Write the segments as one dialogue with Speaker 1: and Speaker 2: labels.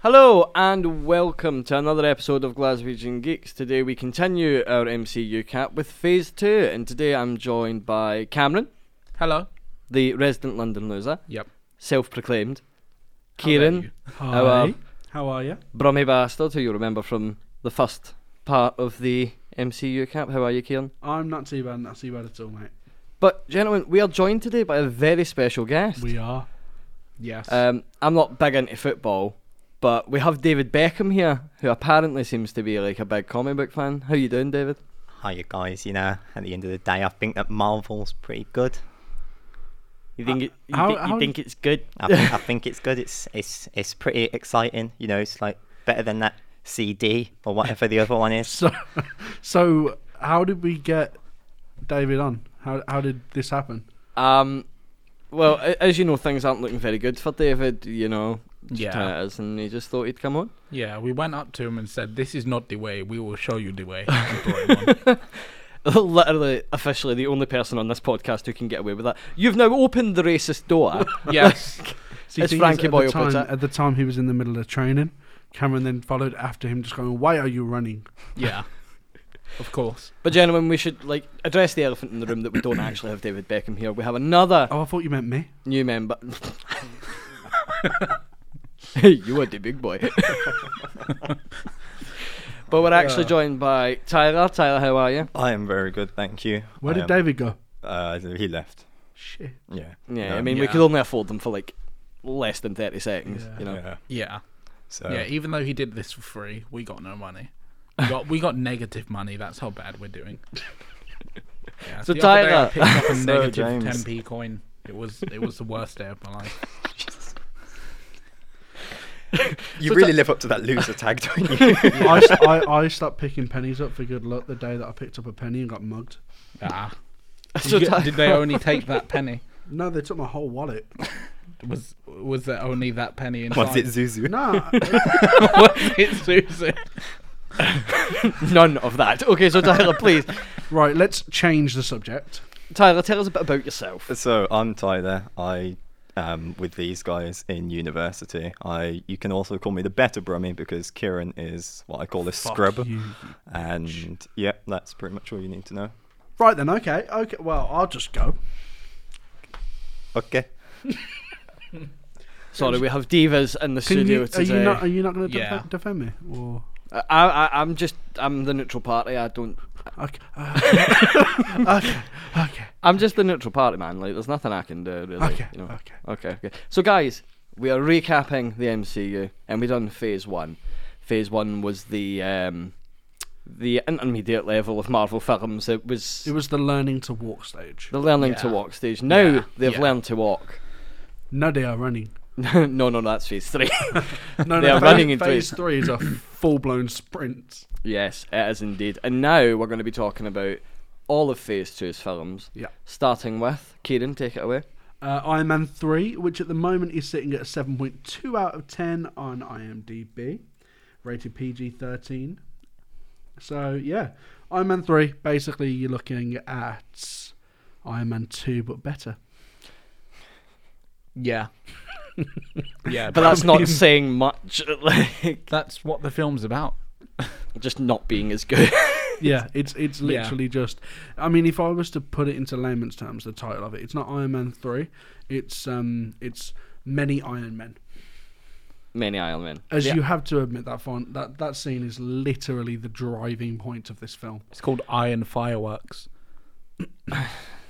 Speaker 1: Hello and welcome to another episode of Glaswegian Geeks. Today we continue our MCU cap with Phase 2, and today I'm joined by Cameron,
Speaker 2: Hello.
Speaker 1: the resident London loser,
Speaker 2: Yep.
Speaker 1: self proclaimed,
Speaker 2: How dare
Speaker 1: Kieran,
Speaker 2: you.
Speaker 1: our
Speaker 3: How are you?
Speaker 1: brummy bastard who you remember from the first part of the MCU cap. How are you, Kieran?
Speaker 3: I'm not too bad, not too bad at all, mate.
Speaker 1: But, gentlemen, we are joined today by a very special guest.
Speaker 3: We are.
Speaker 2: Yes.
Speaker 1: Um, I'm not big into football, but we have David Beckham here, who apparently seems to be like a big comic book fan. How you doing, David?
Speaker 4: Hiya guys, you know, at the end of the day, I think that Marvel's pretty good.
Speaker 1: You
Speaker 3: Uh,
Speaker 1: think it, you,
Speaker 3: how-
Speaker 1: thi- you
Speaker 3: how-
Speaker 1: think it's good?
Speaker 4: I, think, I think it's good. It's it's it's pretty exciting. You know, it's like better than that CD or whatever the other one is.
Speaker 3: So, so how did we get David on? How how did this happen?
Speaker 1: Um, well, a- as you know, things aren't looking very good for David. You know, just
Speaker 2: Yeah.
Speaker 1: how it is, and he just thought he'd come on.
Speaker 2: yeah, we went up to him and said, "This is not the way. We will show you the way." And brought him on.
Speaker 1: Literally, officially, the only person on this podcast who can get away with that. You've now opened the racist door.
Speaker 2: yes.
Speaker 3: See,
Speaker 1: It's
Speaker 3: thing is,
Speaker 1: Frankie
Speaker 3: at
Speaker 1: Boyle
Speaker 3: the
Speaker 1: puts
Speaker 3: time,
Speaker 1: it.
Speaker 3: At the time, he was in the middle of training. Cameron then followed after him, just going, "Why are you running?"
Speaker 2: Yeah. Of course.
Speaker 1: but gentlemen, we should like address the elephant in the room that we don't actually have David Beckham here. We have another
Speaker 3: Oh, I thought you meant me.
Speaker 1: new member. you are the big boy. but we're actually
Speaker 2: Yeah.
Speaker 1: joined by Tyler. Tyler, how are you?
Speaker 4: I am very good, thank you. I
Speaker 3: Where did
Speaker 4: am-
Speaker 3: David go?
Speaker 4: Uh, he left.
Speaker 3: Shit.
Speaker 4: Yeah.
Speaker 1: Yeah,
Speaker 4: No,
Speaker 1: I mean, we
Speaker 2: yeah.
Speaker 1: could only afford them for like less than 30 seconds,
Speaker 3: Yeah.
Speaker 1: you know.
Speaker 4: Yeah.
Speaker 2: Yeah.
Speaker 4: So
Speaker 2: yeah. Even though he did this for free, we got no money. We got we got negative money. That's how bad we're doing. Yeah,
Speaker 1: So
Speaker 2: the other day I
Speaker 1: Tyler-
Speaker 2: picked up a
Speaker 4: So
Speaker 2: negative
Speaker 4: James.
Speaker 2: 10p coin. It was it was the worst day of my life.
Speaker 4: you
Speaker 1: So
Speaker 4: really
Speaker 1: ta-
Speaker 4: live up to that loser tag, don't you?
Speaker 3: I, st- I I stopped picking pennies up for good luck the day that I picked up a penny and got mugged.
Speaker 2: Ah.
Speaker 1: So
Speaker 2: Did-
Speaker 1: Tyler-
Speaker 2: did they only take that penny?
Speaker 3: No, they took my whole wallet.
Speaker 2: Was was there only that penny inside?
Speaker 4: Was it Zuzu?
Speaker 3: Nah,
Speaker 2: was it Susan?
Speaker 1: None of that. Okay, so Tyler, please,
Speaker 3: right. Let's change the subject.
Speaker 1: Tyler, tell us a bit about yourself.
Speaker 4: So I'm Tyler. I am with these guys in university. I you can also call me the better Brummy because Kieran is what I call a scrub.
Speaker 3: You.
Speaker 4: And yeah, that's pretty much all you need to know.
Speaker 3: Right then. Okay. Okay. Well, I'll just go.
Speaker 4: Okay.
Speaker 1: Sorry, we have divas in the studio
Speaker 3: you, are
Speaker 1: today.
Speaker 3: you not? Are you not going to
Speaker 2: Yeah.
Speaker 3: defend, defend me? Or
Speaker 1: I, I, I'm just, I'm the neutral party. I don't.
Speaker 3: okay, uh, okay, okay,
Speaker 1: I'm just the neutral party, man. Like, there's nothing I can do, really.
Speaker 3: okay,
Speaker 1: you know.
Speaker 3: okay.
Speaker 1: Okay, okay. So, guys, we are recapping the MCU, and we done Phase One. Phase One was the um, the intermediate level of Marvel films. It was
Speaker 3: It was the learning to walk stage.
Speaker 1: the learning to
Speaker 2: Yeah.
Speaker 1: walk stage. Now
Speaker 2: Yeah,
Speaker 1: they've
Speaker 2: yeah.
Speaker 1: learned to walk.
Speaker 3: No, they are running.
Speaker 1: no, no, that's Phase Three.
Speaker 3: No,
Speaker 1: They
Speaker 3: no,
Speaker 1: are
Speaker 3: phase-
Speaker 1: running into
Speaker 3: phase three is a full blown sprint.
Speaker 1: yes, it is indeed. And now we're going to be talking about all of Phase Two's films.
Speaker 3: Yeah.
Speaker 1: Starting with Kieran, take it away.
Speaker 3: Uh, Iron Man three, which at the moment is sitting at a seven point two out of ten on IMDb, rated PG thirteen. So yeah, Iron Man three. Basically, you're looking at Iron Man two, but better.
Speaker 2: Yeah. yeah,
Speaker 1: But that's not saying much. Like,
Speaker 2: that's what the film's about.
Speaker 1: just not being as good.
Speaker 3: yeah, it's it's
Speaker 2: Yeah.
Speaker 3: literally just. I mean, if I was to put it into layman's terms, the title of it, it's not Iron Man three. It's um, it's many Iron Men.
Speaker 1: Many Iron Men.
Speaker 3: As
Speaker 1: Yeah.
Speaker 3: you have to admit, that font that that scene is literally the driving point of this film.
Speaker 2: It's called Iron Fireworks.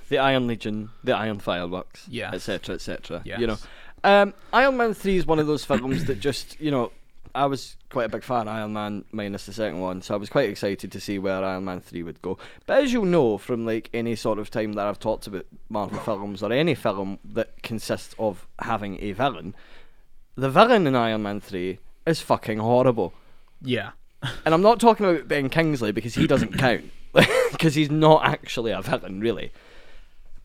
Speaker 1: the Iron Legion, the Iron Fireworks,
Speaker 2: Yes.
Speaker 1: etc., etc.
Speaker 2: Yes.
Speaker 1: You know, um, Iron Man Three is one of those films that just you know, I was quite a big fan of Iron Man minus the second one, so I was quite excited to see where Iron Man Three would go. But as you'll know from like any sort of time that I've talked about Marvel films or any film that consists of having a villain, the villain in Iron Man Three is fucking horrible.
Speaker 2: Yeah.
Speaker 1: And I'm not talking about Ben Kingsley because he doesn't count, because he's not actually a villain, really.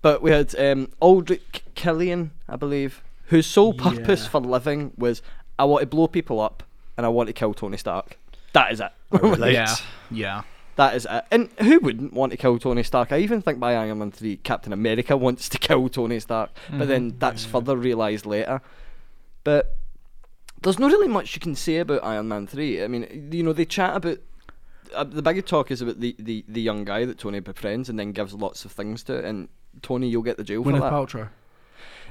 Speaker 1: But we had um, Aldrich Killian, I believe, whose sole purpose
Speaker 3: Yeah.
Speaker 1: for living was I want to blow people up and I want to kill Tony Stark. That is it.
Speaker 4: relate.
Speaker 2: Yeah. Yeah.
Speaker 1: that is it. And who wouldn't want to kill Tony Stark? I even think by Iron Man 3, Captain America wants
Speaker 2: Mm-hmm.
Speaker 1: to kill Tony Stark, but then that's further realised later. But there's not really much you can say about Iron Man three. I mean, you know, they chat about uh, the bigger talk is about the, the, the young guy that Tony befriends and then gives lots of things to. And Tony, you'll get the jail for
Speaker 3: Gwyneth
Speaker 1: that.
Speaker 3: Paltrow.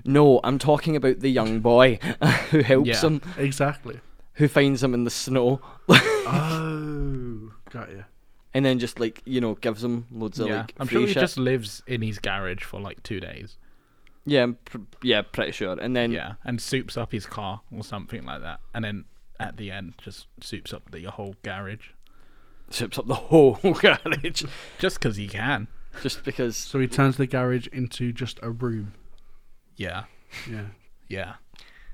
Speaker 1: No, I'm talking about the young boy who helps
Speaker 2: Yeah.
Speaker 1: him,
Speaker 3: Exactly.
Speaker 1: who finds him in the snow,
Speaker 3: Oh, got you.
Speaker 1: and then just like you know gives him loads of
Speaker 2: yeah,
Speaker 1: like
Speaker 2: I'm
Speaker 1: free
Speaker 2: sure he
Speaker 1: shit.
Speaker 2: just lives in his garage for like two days.
Speaker 1: yeah, I'm pr- yeah, pretty sure. And then
Speaker 2: yeah, and soups up his car or something like that, and then at the end just soups up the whole garage
Speaker 1: trips up the whole garage
Speaker 2: just because he can.
Speaker 1: just because.
Speaker 3: So he turns the garage into just a room.
Speaker 2: Yeah,
Speaker 3: Yeah.
Speaker 2: yeah.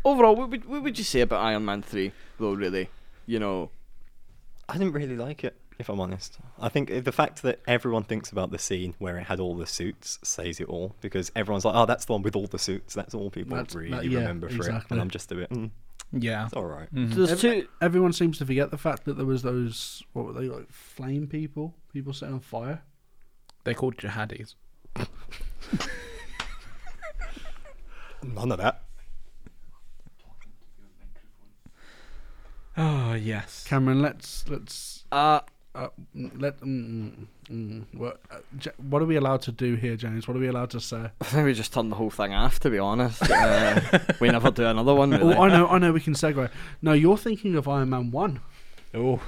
Speaker 1: Overall, what would what would you say about Iron Man three though? Really, you know,
Speaker 4: I didn't really like it, if I'm honest. I think uh, the fact that everyone thinks about the scene where it had all the suits says it all because everyone's like, "Oh, that's the one with all the suits." That's all people
Speaker 3: That's- that-
Speaker 4: really
Speaker 3: yeah,
Speaker 4: remember for it,
Speaker 3: exactly.
Speaker 4: and I'm just a bit. Mm,
Speaker 2: Yeah.
Speaker 4: it's all right.
Speaker 1: so there's
Speaker 3: Ev-
Speaker 1: two.
Speaker 3: Everyone seems to forget the fact that there was those what were they like flame people, people setting on fire.
Speaker 2: They're called jihadis.
Speaker 4: None of that.
Speaker 2: Oh, yes.
Speaker 3: Cameron, let's let's
Speaker 1: Uh,
Speaker 3: uh, mm, let mm, mm, mm, what uh, Ja- what are we allowed to do here, James? What are we allowed to say?
Speaker 1: I think we just turned the whole thing off. To be honest, uh, we never do another one. Really.
Speaker 3: Oh, I know, I know. We can segue. No, you're thinking of Iron Man one.
Speaker 2: oh,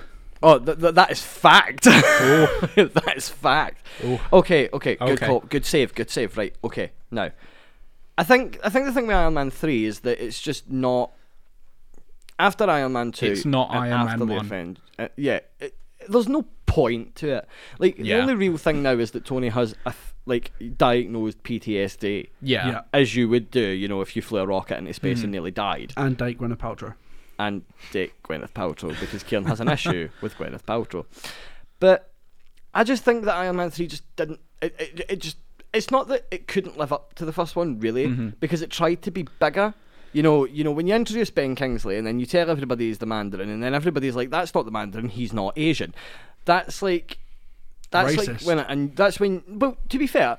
Speaker 1: Oh, th- th- that is fact. that is fact.
Speaker 2: Oh.
Speaker 1: Okay, okay, good
Speaker 2: Okay.
Speaker 1: call, good save, good save. Right, okay. Now, I think I think the thing with Iron Man three is that it's just not after Iron Man two.
Speaker 2: It's not
Speaker 1: and
Speaker 2: Iron
Speaker 1: after
Speaker 2: Man
Speaker 1: the
Speaker 2: 1.
Speaker 1: Aven- uh, yeah, it, there's no point to it. Like the
Speaker 2: Yeah.
Speaker 1: only real thing now is that Tony has a f- like diagnosed PTSD.
Speaker 2: yeah. Mm-hmm.
Speaker 3: Yeah.
Speaker 1: As you would do, you know, if you flew a rocket into space and nearly died,
Speaker 3: And Dake Gwyneth Paltrow.
Speaker 1: and date Gwyneth Paltrow because Kieran has an issue with Gwyneth Paltrow. But I just think that Iron Man three just didn't. It, it, it just it's not that it couldn't live up to the first one really because it tried to be bigger. You know, you know when you introduce Ben Kingsley and then you tell everybody he's the Mandarin and then everybody's like, "That's not the Mandarin. He's not Asian." That's like that's like
Speaker 3: Racist.
Speaker 1: when and that's when. But to be fair.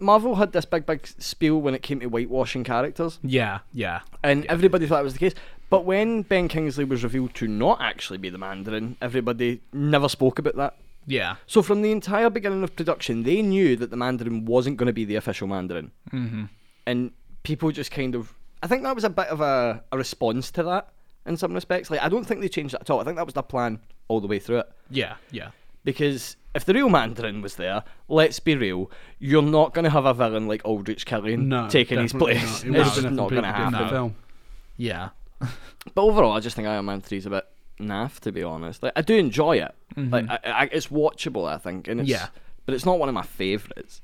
Speaker 1: Marvel had this big, big spiel when it came to whitewashing characters
Speaker 2: Yeah, yeah.
Speaker 1: and everybody thought that was the case. But when Ben Kingsley was revealed to not actually be the Mandarin, everybody never spoke about that.
Speaker 2: Yeah.
Speaker 1: So from the entire beginning of production, they knew that the Mandarin wasn't going to be the official Mandarin,
Speaker 2: Mm-hmm.
Speaker 1: and people just kind of. I think that was a bit of a, a response to that in some respects. Like I don't think they changed that at all. I think that was their plan all the way through it.
Speaker 2: Yeah, yeah.
Speaker 1: Because if the real Mandarin was there, let's be real, you're not going to have a villain like Aldrich Killian
Speaker 3: No,
Speaker 1: taking his
Speaker 3: definitely
Speaker 1: place. It's
Speaker 3: Not. It would have
Speaker 1: just
Speaker 3: been a
Speaker 1: not going to
Speaker 3: completely different
Speaker 1: happen.
Speaker 2: happen.
Speaker 3: film.
Speaker 2: Yeah.
Speaker 1: But overall, I just think Iron Man 3 is a bit naff, to be honest. Like, I do enjoy it. Like, I, I, it's watchable, I think. And it's,
Speaker 2: Yeah.
Speaker 1: But it's not one of my favourites.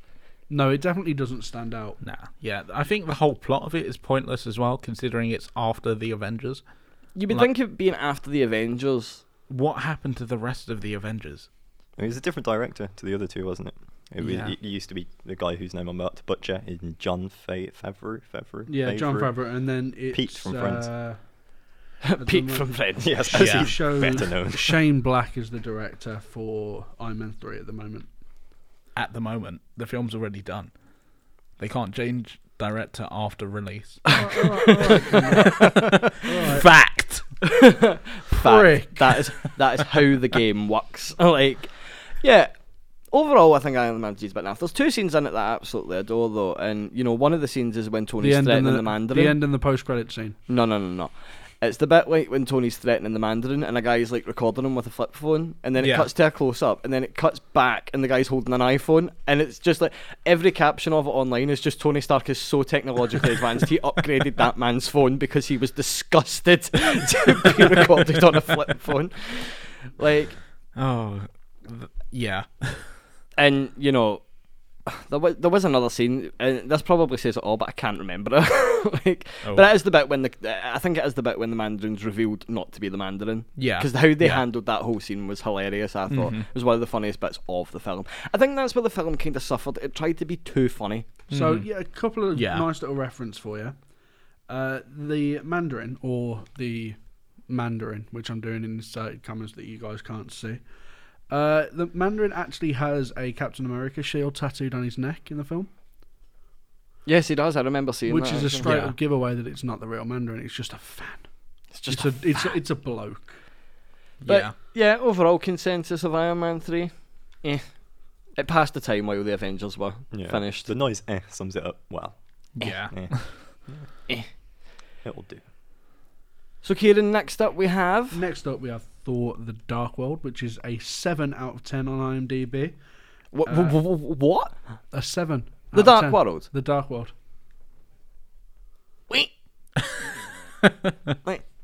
Speaker 3: No, it definitely doesn't stand out.
Speaker 2: Nah. Yeah. I think the whole plot of it is pointless as well, considering it's after the Avengers.
Speaker 1: You would
Speaker 2: Like-
Speaker 1: think of being after the Avengers.
Speaker 2: What happened to the rest of the Avengers?
Speaker 4: It was a different director to the other two, wasn't it? It, was,
Speaker 2: Yeah.
Speaker 4: it used to be the guy whose name I'm about to butcher, in John Fa- Favreau. Favreau.
Speaker 3: Yeah, John Favreau, and then it's
Speaker 4: Pete from Friends.
Speaker 3: Uh,
Speaker 1: Pete
Speaker 3: know.
Speaker 1: from Friends.
Speaker 4: Yes,
Speaker 3: as
Speaker 4: as
Speaker 2: Yeah.
Speaker 3: he
Speaker 4: he's better
Speaker 3: showed,
Speaker 4: known.
Speaker 3: Shane Black is the director for Iron Man three at the moment.
Speaker 2: At the moment, the film's already done. They can't change director after release. Fact.
Speaker 1: Fact.
Speaker 3: Prick.
Speaker 1: That is that is how the game works. like, yeah. Overall, I think Iron Man 3 is a bit naff. There's two scenes in it that I absolutely adore, though. And, you know, one of the scenes is when Tony's
Speaker 3: and
Speaker 1: threatening the,
Speaker 3: the,
Speaker 1: Mandarin.
Speaker 3: the end and the post credit scene.
Speaker 1: No, no, no, no. It's the bit like when Tony's threatening the Mandarin and a guy's like recording him with a flip phone, and then it
Speaker 2: Yeah.
Speaker 1: cuts to a close up, and then it cuts back, and the guy's holding an iPhone, and it's just like every caption of it online is just Tony Stark is so technologically advanced he upgraded that man's phone because he was disgusted to be recorded on a flip phone. Like,
Speaker 2: Oh. th- yeah.
Speaker 1: and you know, there was there was another scene, and this probably says it all, but I can't remember it. like,
Speaker 2: Oh.
Speaker 1: but it is the bit when the I think it is the bit when the Mandarin's revealed not to be the Mandarin.
Speaker 2: Yeah.
Speaker 1: because how they
Speaker 2: Yeah.
Speaker 1: handled that whole scene was hilarious. I thought it was one of the funniest bits of the film. I think that's where the film kind of suffered. It tried to be too funny.
Speaker 3: So yeah, a couple of
Speaker 2: Hmm. Yeah.
Speaker 3: nice little reference for you. Uh, the Mandarin or the Mandarin, which I'm doing in inserted commas that you guys can't see. Uh, the Mandarin actually has a Captain America shield tattooed on his neck in the film,
Speaker 1: Yes, he does. I remember seeing
Speaker 3: which
Speaker 1: that,
Speaker 3: is a
Speaker 1: actually.
Speaker 3: straight
Speaker 2: Yeah.
Speaker 3: up giveaway that it's not the real Mandarin. It's just a fan.
Speaker 1: It's just
Speaker 3: It's a, it's a, it's a bloke.
Speaker 1: But- Yeah,
Speaker 2: yeah.
Speaker 1: overall consensus of Iron Man 3. Eh. It passed the time while the Avengers were
Speaker 4: Yeah.
Speaker 1: finished.
Speaker 4: The noise eh sums it up well.
Speaker 2: Yeah.
Speaker 4: Eh.
Speaker 1: Eh.
Speaker 4: It'll do.
Speaker 1: So, Kieran, next up we have.
Speaker 3: Next up, we have Thor: The Dark World, which is a seven out of ten on IMDb.
Speaker 1: What?
Speaker 3: Uh,
Speaker 1: what?
Speaker 3: A seven.
Speaker 1: The
Speaker 3: out of
Speaker 1: Dark
Speaker 3: 10.
Speaker 1: World.
Speaker 3: The Dark World.
Speaker 1: Wait.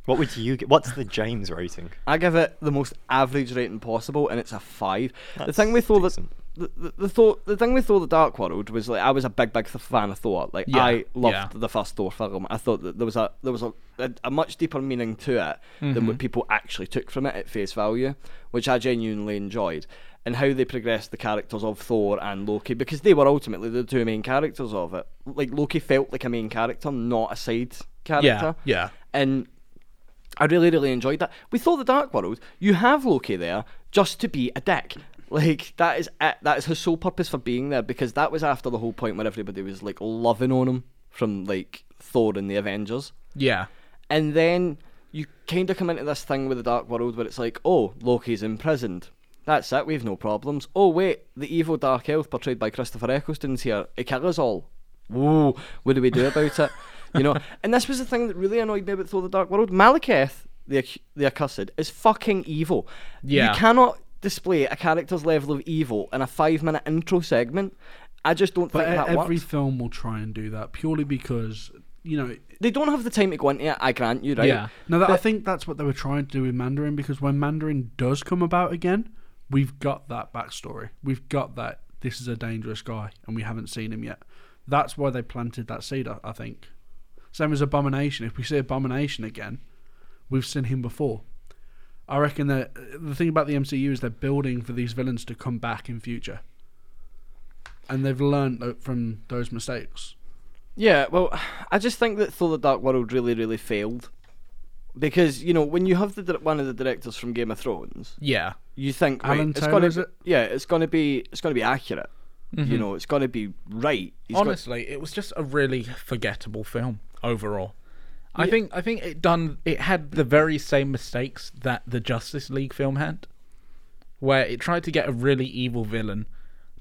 Speaker 4: What would you get? What's the James rating?
Speaker 1: I give it the most average rating possible, and it's a five. the
Speaker 4: That's
Speaker 1: thing with Thor, that,
Speaker 4: decent.
Speaker 1: the, the, the Thor, the thing with Thor: The Dark World was like I was a big, big th- fan of Thor. Like
Speaker 2: Yeah,
Speaker 1: I loved
Speaker 2: yeah.
Speaker 1: the first Thor film. I thought that there was a there was a, a, a much deeper meaning to it than
Speaker 2: Mm-hmm.
Speaker 1: what people actually took from it at face value, which I genuinely enjoyed. And how they progressed the characters of Thor and Loki because they were ultimately the two main characters of it. Like Loki felt like a main character, not a side
Speaker 2: Yeah.
Speaker 1: character
Speaker 2: Yeah.
Speaker 1: and I really, really enjoyed that. We thought the Dark World. You have Loki there just to be a dick. Like that is it. that is his sole purpose for being there because that was after the whole point where everybody was like loving on him from like Thor and the Avengers,
Speaker 2: Yeah.
Speaker 1: and then you kind of come into this thing with the Dark World where it's like, oh, Loki's imprisoned. That's it. We've no problems. Oh wait, the evil Dark Elf portrayed by Christopher Eccleston's here. It kills us all. Whoa, what do we do about it? You know, and this was the thing that really annoyed me about Thor: The Dark World. Malekith, the ac- the accursed, is fucking evil.
Speaker 2: Yeah.
Speaker 1: you cannot display a character's level of evil in a five minute intro segment. I just don't
Speaker 3: But
Speaker 1: think that
Speaker 3: e- every
Speaker 1: works.
Speaker 3: film will try and do that purely because you know.
Speaker 1: They don't have the time to go into it. I grant you, right?
Speaker 2: Yeah.
Speaker 3: No, that, I think that's what they were trying to do with Mandarin because when Mandarin does come about again, we've got that backstory. We've got that this is a dangerous guy and we haven't seen him yet. That's why they planted that seed. I I think. Same as Abomination. If we see Abomination again, we've seen him before. I reckon that the thing about the MCU is they're building for these villains to come back in future, and they've learned uh, from those mistakes.
Speaker 1: Yeah, well, I just think that Thor: The Dark World really, really failed because you know when you have the dir- one of the directors from Game of Thrones,
Speaker 2: Yeah.
Speaker 1: you think right,
Speaker 3: Alan
Speaker 1: it's
Speaker 3: Taylor,
Speaker 1: gonna
Speaker 3: is
Speaker 1: be-
Speaker 3: it? Mm-hmm.
Speaker 1: yeah, it's gonna be it's gonna be accurate. You know, it's gonna be right. He's got-
Speaker 2: Honestly, it was just a really forgettable film overall. I think I think it done it had the very same mistakes that the Justice League film had, where it tried to get a really evil villain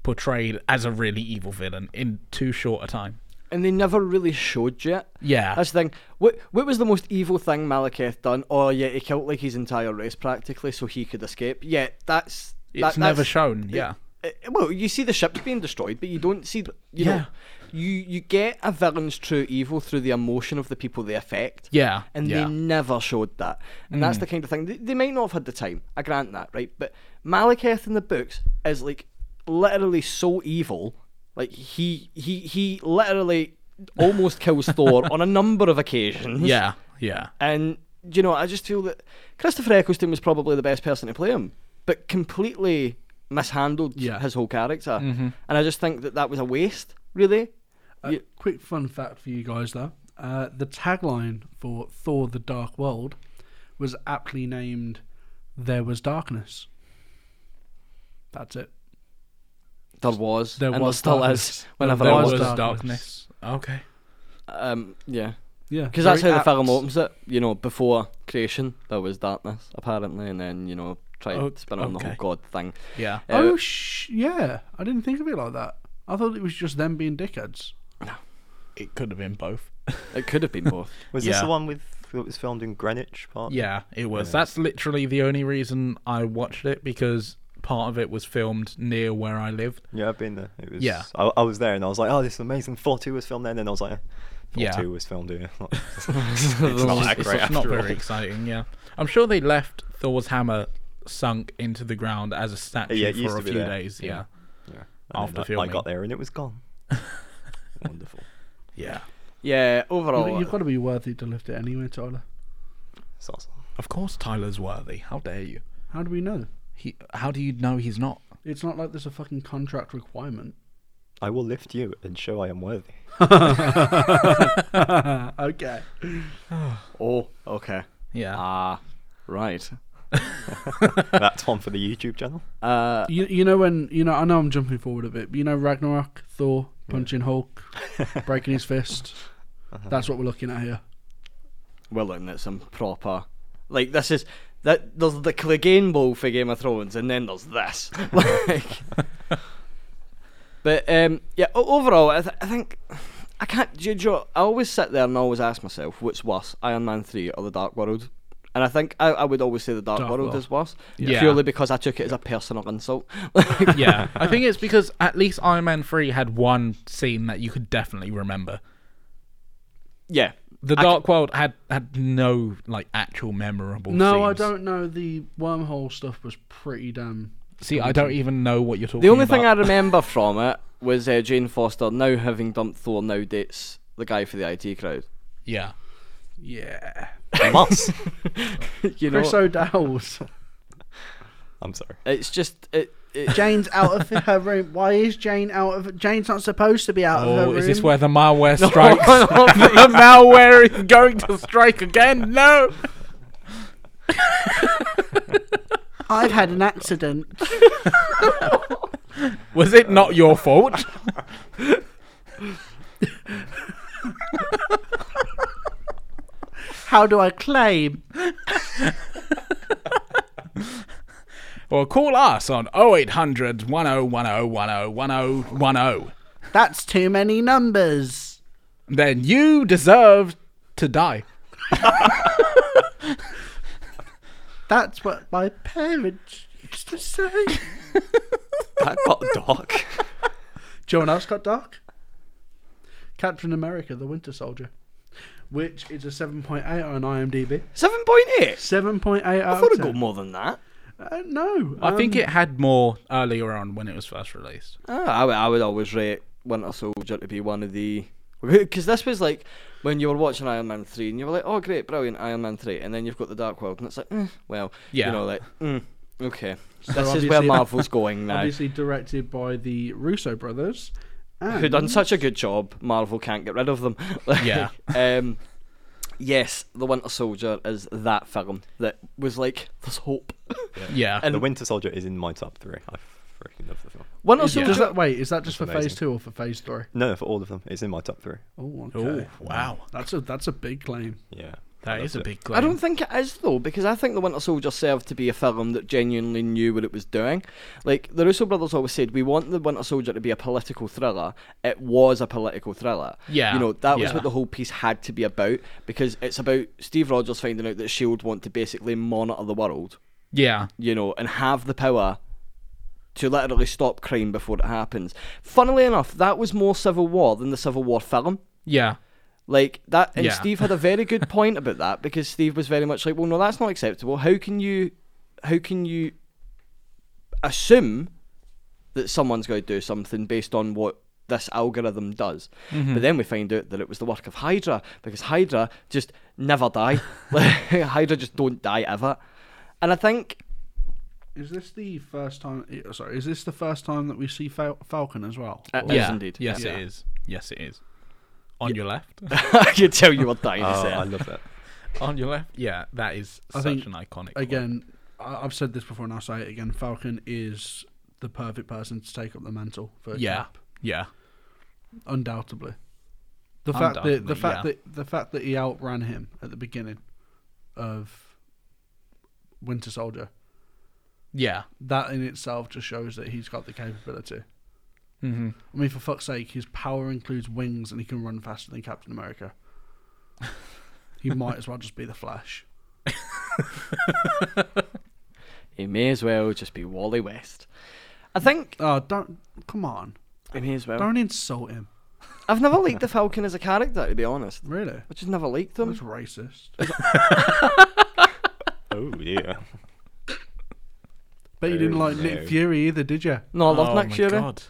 Speaker 2: portrayed as a really evil villain in too short a time.
Speaker 1: and they never really showed you. it.
Speaker 2: Yeah.
Speaker 1: That's the thing. What what was the most evil thing Malekith done? Oh yeah, he killed like his entire race practically so he could escape. Yeah, that's
Speaker 2: It's
Speaker 1: that-
Speaker 2: never
Speaker 1: that's-
Speaker 2: shown. Yeah.
Speaker 1: Uh, well, you see the ships being destroyed, but you don't see. th- You
Speaker 2: Yeah.
Speaker 1: know, you you get a villain's true evil through the emotion of the people they affect.
Speaker 2: Yeah.
Speaker 1: And
Speaker 2: yeah. Mm.
Speaker 1: they never showed that, and that's the kind of thing they, they might not have had the time. I grant that, right? But Malekith in the books is like literally so evil. Like he he he literally almost kills Thor on a number of occasions.
Speaker 2: Yeah. Yeah.
Speaker 1: And you know, I just feel that Christopher Eccleston was probably the best person to play him, but completely mishandled
Speaker 3: Yeah. Mm-hmm.
Speaker 1: his whole character. And I just think that that was a waste, really.
Speaker 3: Uh,
Speaker 1: You-
Speaker 3: Quick fun fact for you guys though. Uh, the tagline for Thor the Dark World was aptly named There Was Darkness. That's it.
Speaker 1: there was,
Speaker 3: There
Speaker 1: and there
Speaker 3: was
Speaker 1: still
Speaker 3: darkness.
Speaker 1: is. Whenever
Speaker 2: There
Speaker 1: I
Speaker 3: There
Speaker 2: was
Speaker 1: watch
Speaker 3: was
Speaker 2: darkness.
Speaker 3: darkness.
Speaker 2: Okay.
Speaker 1: it. um, yeah,
Speaker 3: Yeah.
Speaker 1: because that's how
Speaker 3: very
Speaker 1: the film
Speaker 3: apt.
Speaker 1: opens it. You know, before creation, there was darkness apparently, and then you know, try
Speaker 2: Oh,
Speaker 1: to spin on the
Speaker 2: okay.
Speaker 1: whole god thing.
Speaker 2: Yeah.
Speaker 1: Uh,
Speaker 3: Oh sh- yeah. I didn't think of it like that. I thought it was just them being dickheads.
Speaker 2: It could have been both.
Speaker 1: it could have been both.
Speaker 4: Was
Speaker 2: Yeah.
Speaker 4: this the one with that was filmed in Greenwich Park?
Speaker 2: Yeah, it was. That's literally the only reason I watched it because part of it was filmed near where I lived.
Speaker 4: Yeah, I've been there. It was.
Speaker 2: Yeah.
Speaker 4: I, I was there and I was like, oh, this is amazing. Four two was filmed there, and then I was like, Four
Speaker 2: Yeah.
Speaker 4: two was filmed here. it's not that
Speaker 2: It's
Speaker 4: great
Speaker 2: just
Speaker 4: after
Speaker 2: not
Speaker 4: all.
Speaker 2: very exciting. Yeah, I'm sure they left Thor's hammer sunk into the ground as a statue
Speaker 4: Yeah, it used
Speaker 2: for a
Speaker 4: to be
Speaker 2: few
Speaker 4: there.
Speaker 2: days. Yeah,
Speaker 4: Yeah. And
Speaker 2: After
Speaker 4: then I- I
Speaker 2: filming.
Speaker 4: got there and it was gone. Wonderful.
Speaker 2: yeah.
Speaker 1: yeah,
Speaker 3: You-
Speaker 1: overall,
Speaker 3: You've got to be worthy to lift it anyway, Tyler.
Speaker 4: It's awesome.
Speaker 2: Of course, Tyler's worthy. How dare you?
Speaker 3: How do we know?
Speaker 2: He. How do you know he's not?
Speaker 3: It's not like there's a fucking contract requirement.
Speaker 4: I will lift you and show I am worthy.
Speaker 3: Uh, okay.
Speaker 1: oh, okay,
Speaker 2: Yeah.
Speaker 1: ah, right.
Speaker 4: That's one for the YouTube channel.
Speaker 1: Uh,
Speaker 3: You, you know when you know I know I'm jumping forward a bit, but you know Ragnarok, Thor
Speaker 2: Uh-huh.
Speaker 3: punching Hulk, breaking his fist. That's what we're looking at here.
Speaker 1: we're looking at some proper, like this is that there's the Clegane Bowl for Game of Thrones, and then there's this. like, but um, yeah, o- overall, I, th- I think I can't. do You know, I always sit there and always ask myself, what's worse, Iron Man three or the Dark World? And I think I, I would always say the Dark,
Speaker 3: Dark
Speaker 1: World,
Speaker 3: World.
Speaker 1: is worse,
Speaker 2: Yeah.
Speaker 1: purely because I took it as a personal insult.
Speaker 2: yeah, I think it's because at least Iron Man 3 had one scene that you could definitely remember.
Speaker 1: yeah,
Speaker 2: The
Speaker 1: I c-
Speaker 2: Dark World had had no like actual memorable
Speaker 3: No, I
Speaker 2: scenes.
Speaker 3: don't know. The wormhole stuff was pretty damn.
Speaker 2: See, I don't even know what you're talking about.
Speaker 1: The only thing I remember from it was uh, Jane Foster now having dumped Thor now dates the guy for the IT crowd.
Speaker 2: Yeah.
Speaker 3: Yeah.
Speaker 4: Moss.
Speaker 1: you know,
Speaker 3: Chris O'Dowd's.
Speaker 4: I'm sorry.
Speaker 1: it's just it. it
Speaker 3: Jane's out of her room. Why is Jane out of? Jane's not supposed to be out of her
Speaker 2: Oh,
Speaker 3: room.
Speaker 2: is this where the malware strikes?
Speaker 1: No,
Speaker 2: the malware is going to strike again. No.
Speaker 3: I've had an accident.
Speaker 2: Was it not your fault?
Speaker 3: How do I claim?
Speaker 2: Well, call us on 0800 1010 1010 1010.
Speaker 3: That's too many numbers.
Speaker 2: Then you deserve to die.
Speaker 3: That's what my parents used to say.
Speaker 4: That got dark.
Speaker 3: Do you know what else got dark? Captain America: The Winter Soldier, which is a 7.8 on IMDb.
Speaker 1: Seven point eight.
Speaker 3: 7.8 out
Speaker 1: I thought
Speaker 3: of
Speaker 1: it
Speaker 3: 10.
Speaker 1: got more than that.
Speaker 3: Uh, no,
Speaker 2: I think
Speaker 3: um,
Speaker 2: it had more earlier on when it was first released.
Speaker 1: Oh, I, would- I would always rate Winter Soldier to be one of the because this was like when you were watching Iron Man three and you were like, oh great, brilliant Iron Man three, and then you've got the Dark World and it's like, eh, well,
Speaker 2: Yeah.
Speaker 1: you know, like, mm, okay,
Speaker 3: So
Speaker 1: this is where
Speaker 3: obviously-
Speaker 1: Marvel's going now.
Speaker 3: obviously directed by the Russo brothers. And
Speaker 1: who done such a good job, Marvel can't get rid of them. Like,
Speaker 2: Yeah.
Speaker 1: Um, yes, The Winter Soldier is that film that was like, there's hope.
Speaker 2: Yeah.
Speaker 1: And
Speaker 4: the Winter Soldier is in my top three. I freaking love the film.
Speaker 1: Winter
Speaker 2: Yeah.
Speaker 1: Soldier.
Speaker 3: Does that wait? Is that just for
Speaker 4: That's
Speaker 3: phase
Speaker 4: amazing.
Speaker 3: two or for phase three?
Speaker 4: No, for all of them, it's in my top three.
Speaker 3: Oh,
Speaker 2: oh, wow.
Speaker 3: That's a that's a big claim.
Speaker 4: Yeah, I
Speaker 2: That is
Speaker 4: loved
Speaker 2: a
Speaker 4: it.
Speaker 2: big claim.
Speaker 1: I don't think it is though, because I think The Winter Soldier served to be a film that genuinely knew what it was doing. Like the Russo brothers always said, we want The Winter Soldier to be a political thriller. It was a political thriller.
Speaker 2: Yeah,
Speaker 1: you know that was
Speaker 2: yeah.
Speaker 1: what the whole piece had to be about, because it's about Steve Rogers finding out that Shield E want to basically monitor the world.
Speaker 2: Yeah.
Speaker 1: you know, and have the power to literally stop crime before it happens. Funnily enough, that was more Civil War than the Civil War film.
Speaker 2: Yeah.
Speaker 1: Like that, and
Speaker 2: Yeah.
Speaker 1: Steve had a very good point about that because Steve was very much like, "Well, no, that's not acceptable. How can you, how can you assume that someone's going to do something based on what this algorithm does?"
Speaker 2: Mm-hmm.
Speaker 1: But then we find out that it was the work of Hydra because Hydra just never die. Hydra just don't die ever, and I think
Speaker 3: Is this the first time? eh, Sorry, is this the first time that we see Fal- Falcon as well?
Speaker 1: It is
Speaker 2: yeah.
Speaker 1: indeed.
Speaker 2: Yes,
Speaker 3: Yeah.
Speaker 2: it is. Yes, it is. On your left.
Speaker 1: I could tell you were dying
Speaker 4: Oh, I
Speaker 1: to
Speaker 4: love that.
Speaker 2: On your left. Yeah, that is
Speaker 3: I
Speaker 2: such
Speaker 3: think,
Speaker 2: an iconic.
Speaker 3: Again, I- I've said this before, and I'll say it again. Falcon is the perfect person to take up the mantle for
Speaker 2: quote. Yeah.
Speaker 3: Cap,
Speaker 2: Yeah.
Speaker 3: undoubtedly. The fact that the
Speaker 2: Undoubtedly,
Speaker 3: fact
Speaker 2: yeah.
Speaker 3: that the fact that he outran him at the beginning of Winter Soldier,
Speaker 2: Yeah.
Speaker 3: that in itself just shows that he's got the capability.
Speaker 2: Mhm.
Speaker 3: I mean, for fuck's sake, his power includes wings and he can run faster than Captain America. he might as well just be the Flash.
Speaker 1: It may as well just be Wally West. I think
Speaker 3: Oh, don't. Come on.
Speaker 1: it may as well.
Speaker 3: Don't insult him.
Speaker 1: I've never liked the Falcon as a character, to be honest.
Speaker 3: Really?
Speaker 1: I just never liked
Speaker 3: That's
Speaker 1: him.
Speaker 3: racist.
Speaker 4: Oh yeah.
Speaker 3: Bet you didn't
Speaker 4: Oh,
Speaker 3: like
Speaker 4: no.
Speaker 3: Nick Fury either, did you?
Speaker 1: No, I love
Speaker 2: oh
Speaker 1: Nick
Speaker 2: my
Speaker 1: Fury.
Speaker 2: God.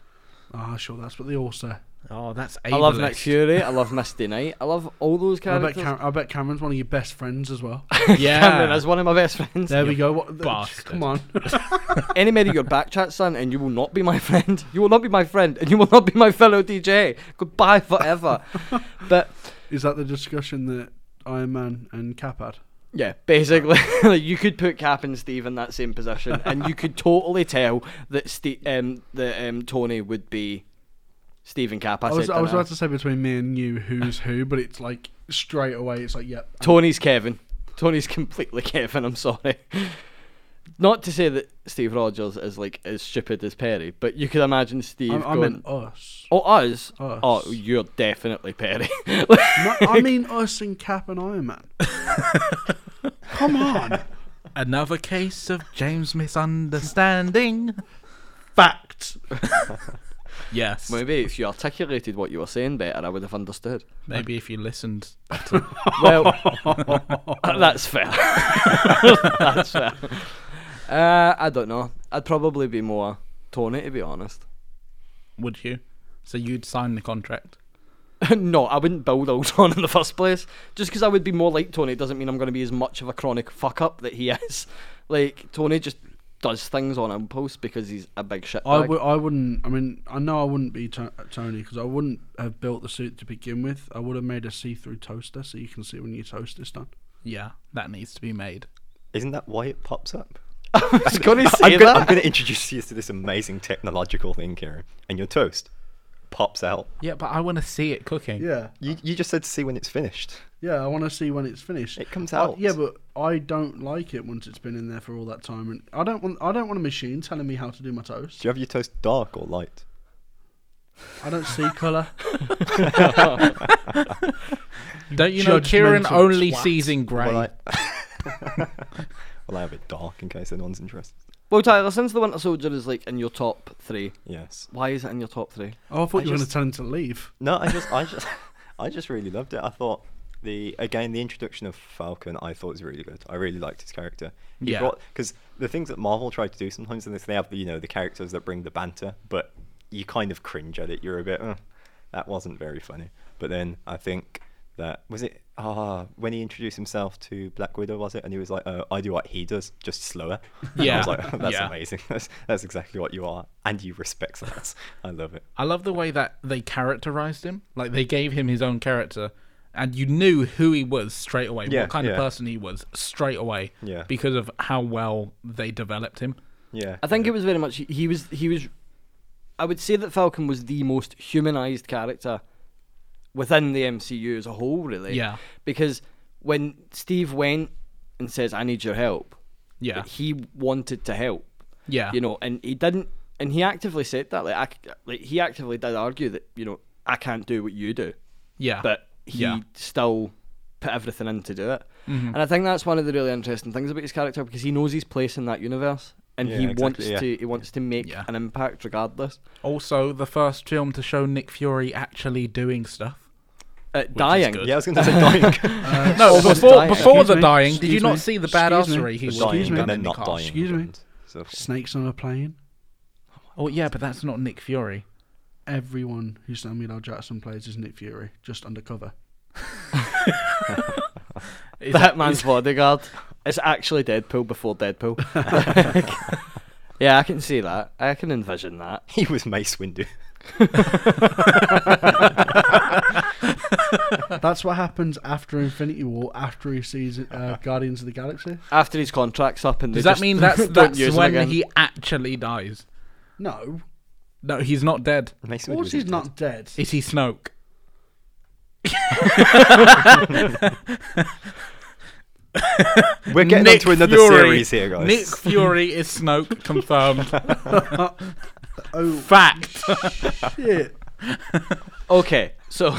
Speaker 3: Ah, sure, that's what they all say.
Speaker 2: Oh, that's
Speaker 1: I love Nick
Speaker 2: ableist.
Speaker 1: Fury. I love Misty Knight. I love all those
Speaker 3: I bet,
Speaker 1: characters.
Speaker 3: Cam- I bet Cameron's one of your best friends as well.
Speaker 1: Cameron
Speaker 2: Yeah.
Speaker 1: is one of my best friends.
Speaker 3: There we go. What, the-
Speaker 2: bastard.
Speaker 3: Come on.
Speaker 1: Any minute your back chat, son, and you will not be my friend. You will not be my friend, and you will not be my fellow DJ. Goodbye forever. but
Speaker 3: Is that the discussion that Iron Man and Cap had?
Speaker 1: Yeah, basically, like, you could put Cap and Steve in that same position, and you could totally tell that Steve, um, that um, Tony would be Steve and Cap. I,
Speaker 3: I was,
Speaker 1: said
Speaker 3: I was
Speaker 1: that.
Speaker 3: about to say between me and you who's who, but it's like straight away. It's like, yep. I'm-
Speaker 1: Tony's Kevin. Tony's completely Kevin. I'm sorry. Not to say that Steve Rogers is like as stupid as Perry, but you could imagine Steve
Speaker 3: I'm, I
Speaker 1: going,
Speaker 3: meant us.
Speaker 1: "Oh, us?
Speaker 3: Us.
Speaker 1: Oh, you're definitely Perry."
Speaker 3: No, I mean us and Cap and Iron Man. Come on.
Speaker 2: Another case of James misunderstanding.
Speaker 3: Fact.
Speaker 2: Yes. Maybe,
Speaker 1: Maybe if you articulated what you were saying better, I would have understood.
Speaker 2: if you listened.
Speaker 1: Well, that's fair. that's fair. Uh, I don't know. I'd probably be more Tony, to be honest.
Speaker 2: Would you? So you'd sign the contract.
Speaker 1: no, I wouldn't build old on in the first place. Just because I would be more like Tony doesn't mean I'm going to be as much of a chronic fuck up that he is. Like Tony just does things on impulse because he's a big shit.
Speaker 3: I w- I wouldn't. I mean, I know I wouldn't be to- Tony because I wouldn't have built the suit to begin with. I would have made a see-through toaster so you can see when your toast is done.
Speaker 2: Yeah, that needs to be made.
Speaker 4: Isn't that why it pops up?
Speaker 1: I was going to
Speaker 4: I'm
Speaker 1: say
Speaker 4: gonna, I'm
Speaker 1: that.
Speaker 4: gonna introduce you to this amazing technological thing, Kieran, and your toast pops out.
Speaker 2: Yeah, but I want to see it cooking.
Speaker 3: Yeah,
Speaker 4: You, you just said to see when it's finished.
Speaker 3: yeah. I want to see when it's finished.
Speaker 4: It comes
Speaker 3: Uh,
Speaker 4: out.
Speaker 3: yeah, but I don't like it once it's been in there for all that time, and I don't want. I don't want a machine telling me how to do my toast.
Speaker 4: Do you have your toast dark or light?
Speaker 3: I don't see color.
Speaker 2: Don't you know
Speaker 3: Judgmental
Speaker 2: Kieran only
Speaker 3: twat.
Speaker 2: sees in grey?
Speaker 4: Well, I, well, I have it dark in case anyone's interested.
Speaker 1: Well, Tyler, since the Winter Soldier is like in your top three,
Speaker 4: Yes.
Speaker 1: why is it in your top three?
Speaker 3: Oh, I thought
Speaker 4: I
Speaker 3: you were going to
Speaker 4: just-
Speaker 3: tell him to leave.
Speaker 4: No, I just, I just, I just really loved it. I thought the again the introduction of Falcon, I thought was really good. I really liked his character.
Speaker 2: Yeah.
Speaker 4: Because the things that Marvel tried to do sometimes in this, they have you know the characters that bring the banter, but you kind of cringe at it. You're a bit, "Uh, that wasn't very funny. But then I think that was it. Ah, when he introduced himself to Black Widow, was it? And he was like, uh, "I do what he does, just slower." And I
Speaker 2: Yeah.
Speaker 4: was like, "Oh, "That's
Speaker 2: Yeah.
Speaker 4: amazing. That's, that's exactly what you are, and you respect that. I love it."
Speaker 2: I love the way that they characterized him. Like they gave him his own character, and you knew who he was straight away.
Speaker 4: Yeah,
Speaker 2: what kind
Speaker 4: yeah.
Speaker 2: of person he was straight away.
Speaker 4: Yeah.
Speaker 2: Because of how well they developed him.
Speaker 4: Yeah.
Speaker 1: I think it was very much he was he was. I would say that Falcon was the most humanized character within the MCU as a whole, really.
Speaker 2: Yeah.
Speaker 1: Because when Steve went and says, "I need your help,"
Speaker 2: Yeah.
Speaker 1: he wanted to help.
Speaker 2: Yeah.
Speaker 1: You know, and he didn't, and he actively said that. Like, I c like he actively did argue that you know I can't do what you do,
Speaker 2: Yeah.
Speaker 1: but he
Speaker 2: Ah, Yeah. Mm-hmm.
Speaker 1: still put everything in to do it. And I think that's one of the really interesting things about his character because he knows his place in that universe, and
Speaker 4: Yeah,
Speaker 1: he
Speaker 4: exactly,
Speaker 1: wants
Speaker 4: yeah.
Speaker 1: to he wants to make
Speaker 2: Yeah.
Speaker 1: an impact regardless.
Speaker 2: Also, the first film to show Nick Fury actually doing stuff.
Speaker 1: Uh, dying.
Speaker 2: good.
Speaker 4: Yeah, I was going to say dying.
Speaker 2: No,
Speaker 1: Almost
Speaker 2: before
Speaker 1: dying.
Speaker 2: before
Speaker 3: Excuse
Speaker 2: the
Speaker 3: me,
Speaker 2: dying, did you
Speaker 3: excuse me,
Speaker 2: not see the
Speaker 3: excuse
Speaker 2: badassery
Speaker 3: me,
Speaker 2: he was
Speaker 4: dying
Speaker 2: done
Speaker 4: and then
Speaker 2: in
Speaker 4: not
Speaker 2: the car?
Speaker 4: dying.
Speaker 3: Excuse me.
Speaker 4: and So,
Speaker 3: Snakes on a plane.
Speaker 2: Oh yeah, but that's not Nick Fury.
Speaker 3: Everyone who Samuel L. Jackson plays is Nick Fury, just undercover.
Speaker 2: Is
Speaker 1: That
Speaker 2: that-
Speaker 1: man's bodyguard. It's actually Deadpool before Deadpool. yeah, I can see that. I can envision that.
Speaker 4: he was Mace Windu.
Speaker 3: That's what happens after Infinity War, after he sees uh, Guardians of the Galaxy.
Speaker 1: After his contract's up, and they
Speaker 2: Does that
Speaker 1: just
Speaker 2: mean that's
Speaker 1: don't
Speaker 2: that's
Speaker 1: use him
Speaker 2: when
Speaker 1: again.
Speaker 2: he actually dies?
Speaker 3: No,
Speaker 2: No, he's not dead.
Speaker 4: Mace Windu.
Speaker 3: of course
Speaker 4: was
Speaker 3: he's
Speaker 4: his
Speaker 3: not dead.
Speaker 2: Is he Snoke?
Speaker 4: dad. We're getting
Speaker 2: Nick
Speaker 4: onto another
Speaker 2: Fury.
Speaker 4: series here, guys.
Speaker 2: Nick Fury is Snoke confirmed.
Speaker 3: Oh
Speaker 2: Fact.
Speaker 3: shit!
Speaker 1: Okay, so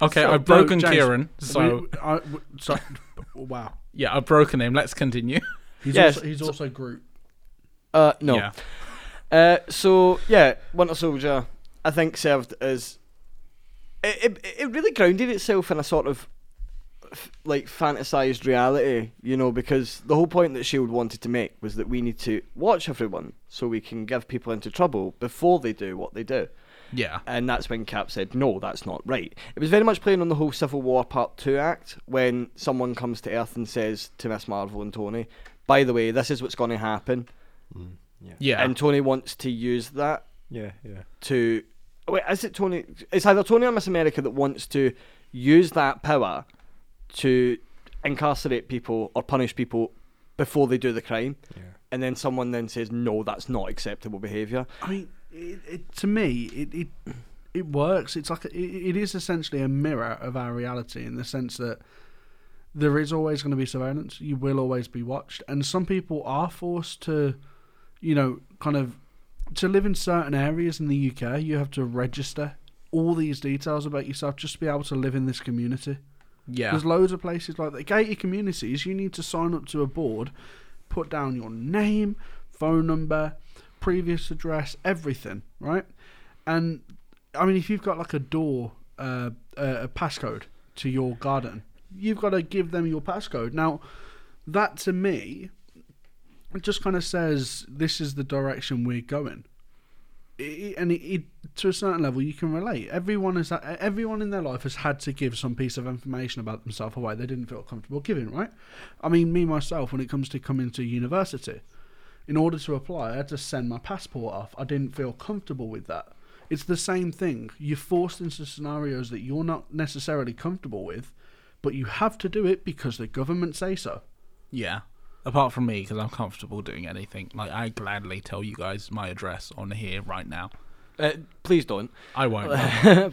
Speaker 2: Okay,
Speaker 3: So,
Speaker 2: I've broken
Speaker 3: no, James,
Speaker 2: Kieran. So
Speaker 3: We- I- w- so- wow.
Speaker 2: yeah, I've broken him. Let's continue.
Speaker 3: He's
Speaker 1: Yes.
Speaker 3: also he's also Groot.
Speaker 1: uh, no.
Speaker 2: Yeah.
Speaker 1: Uh, so yeah, Winter Soldier, I think served as it, it. It really grounded itself in a sort of f- like fantasized reality, you know, because the whole point that Shield E wanted to make was that we need to watch everyone so we can give people into trouble before they do what they do.
Speaker 2: Yeah.
Speaker 1: And that's when Cap said, no, that's not right. It was very much playing on the whole Civil War Part 2 act when someone comes to Earth and says to Miss Marvel and Tony, by the way, this is what's going to happen.
Speaker 2: Yeah.
Speaker 1: And Tony wants to use that
Speaker 4: Yeah, yeah.
Speaker 1: to. Wait, is it Tony? It's either Tony or Miss America that wants to use that power to incarcerate people or punish people before they do the crime.
Speaker 4: Yeah.
Speaker 1: And then someone then says, no, that's not acceptable behaviour.
Speaker 3: I mean, it, it, to me, it, it it works. It's like it, it is essentially a mirror of our reality in the sense that there is always going to be surveillance. You will always be watched, and some people are forced to, you know, kind of to live in certain areas in the UK. You have to register all these details about yourself just to be able to live in this community.
Speaker 2: Yeah.
Speaker 3: There's loads of places like that. Gated communities, you need to sign up to a board, put down your name, phone number, previous address, everything, right? And I mean, if you've got like a door, uh, a a passcode to your garden, you've got to give them your passcode. Now, that to me, it just kind of says this is the direction we're going. I- and it, it, to a certain level, you can relate. Everyone has, everyone in their life has had to give some piece of information about themselves away they didn't feel comfortable giving. Right? I mean, me myself, when it comes to coming to university, in order to apply, I had to send my passport off. I didn't feel comfortable with that. It's the same thing. You're forced into scenarios that you're not necessarily comfortable with, but you have to do it because the government say so.
Speaker 2: Yeah. Apart from me, because I'm comfortable doing anything. Like, I gladly tell you guys my address on here right now.
Speaker 1: Uh, please don't.
Speaker 2: I won't.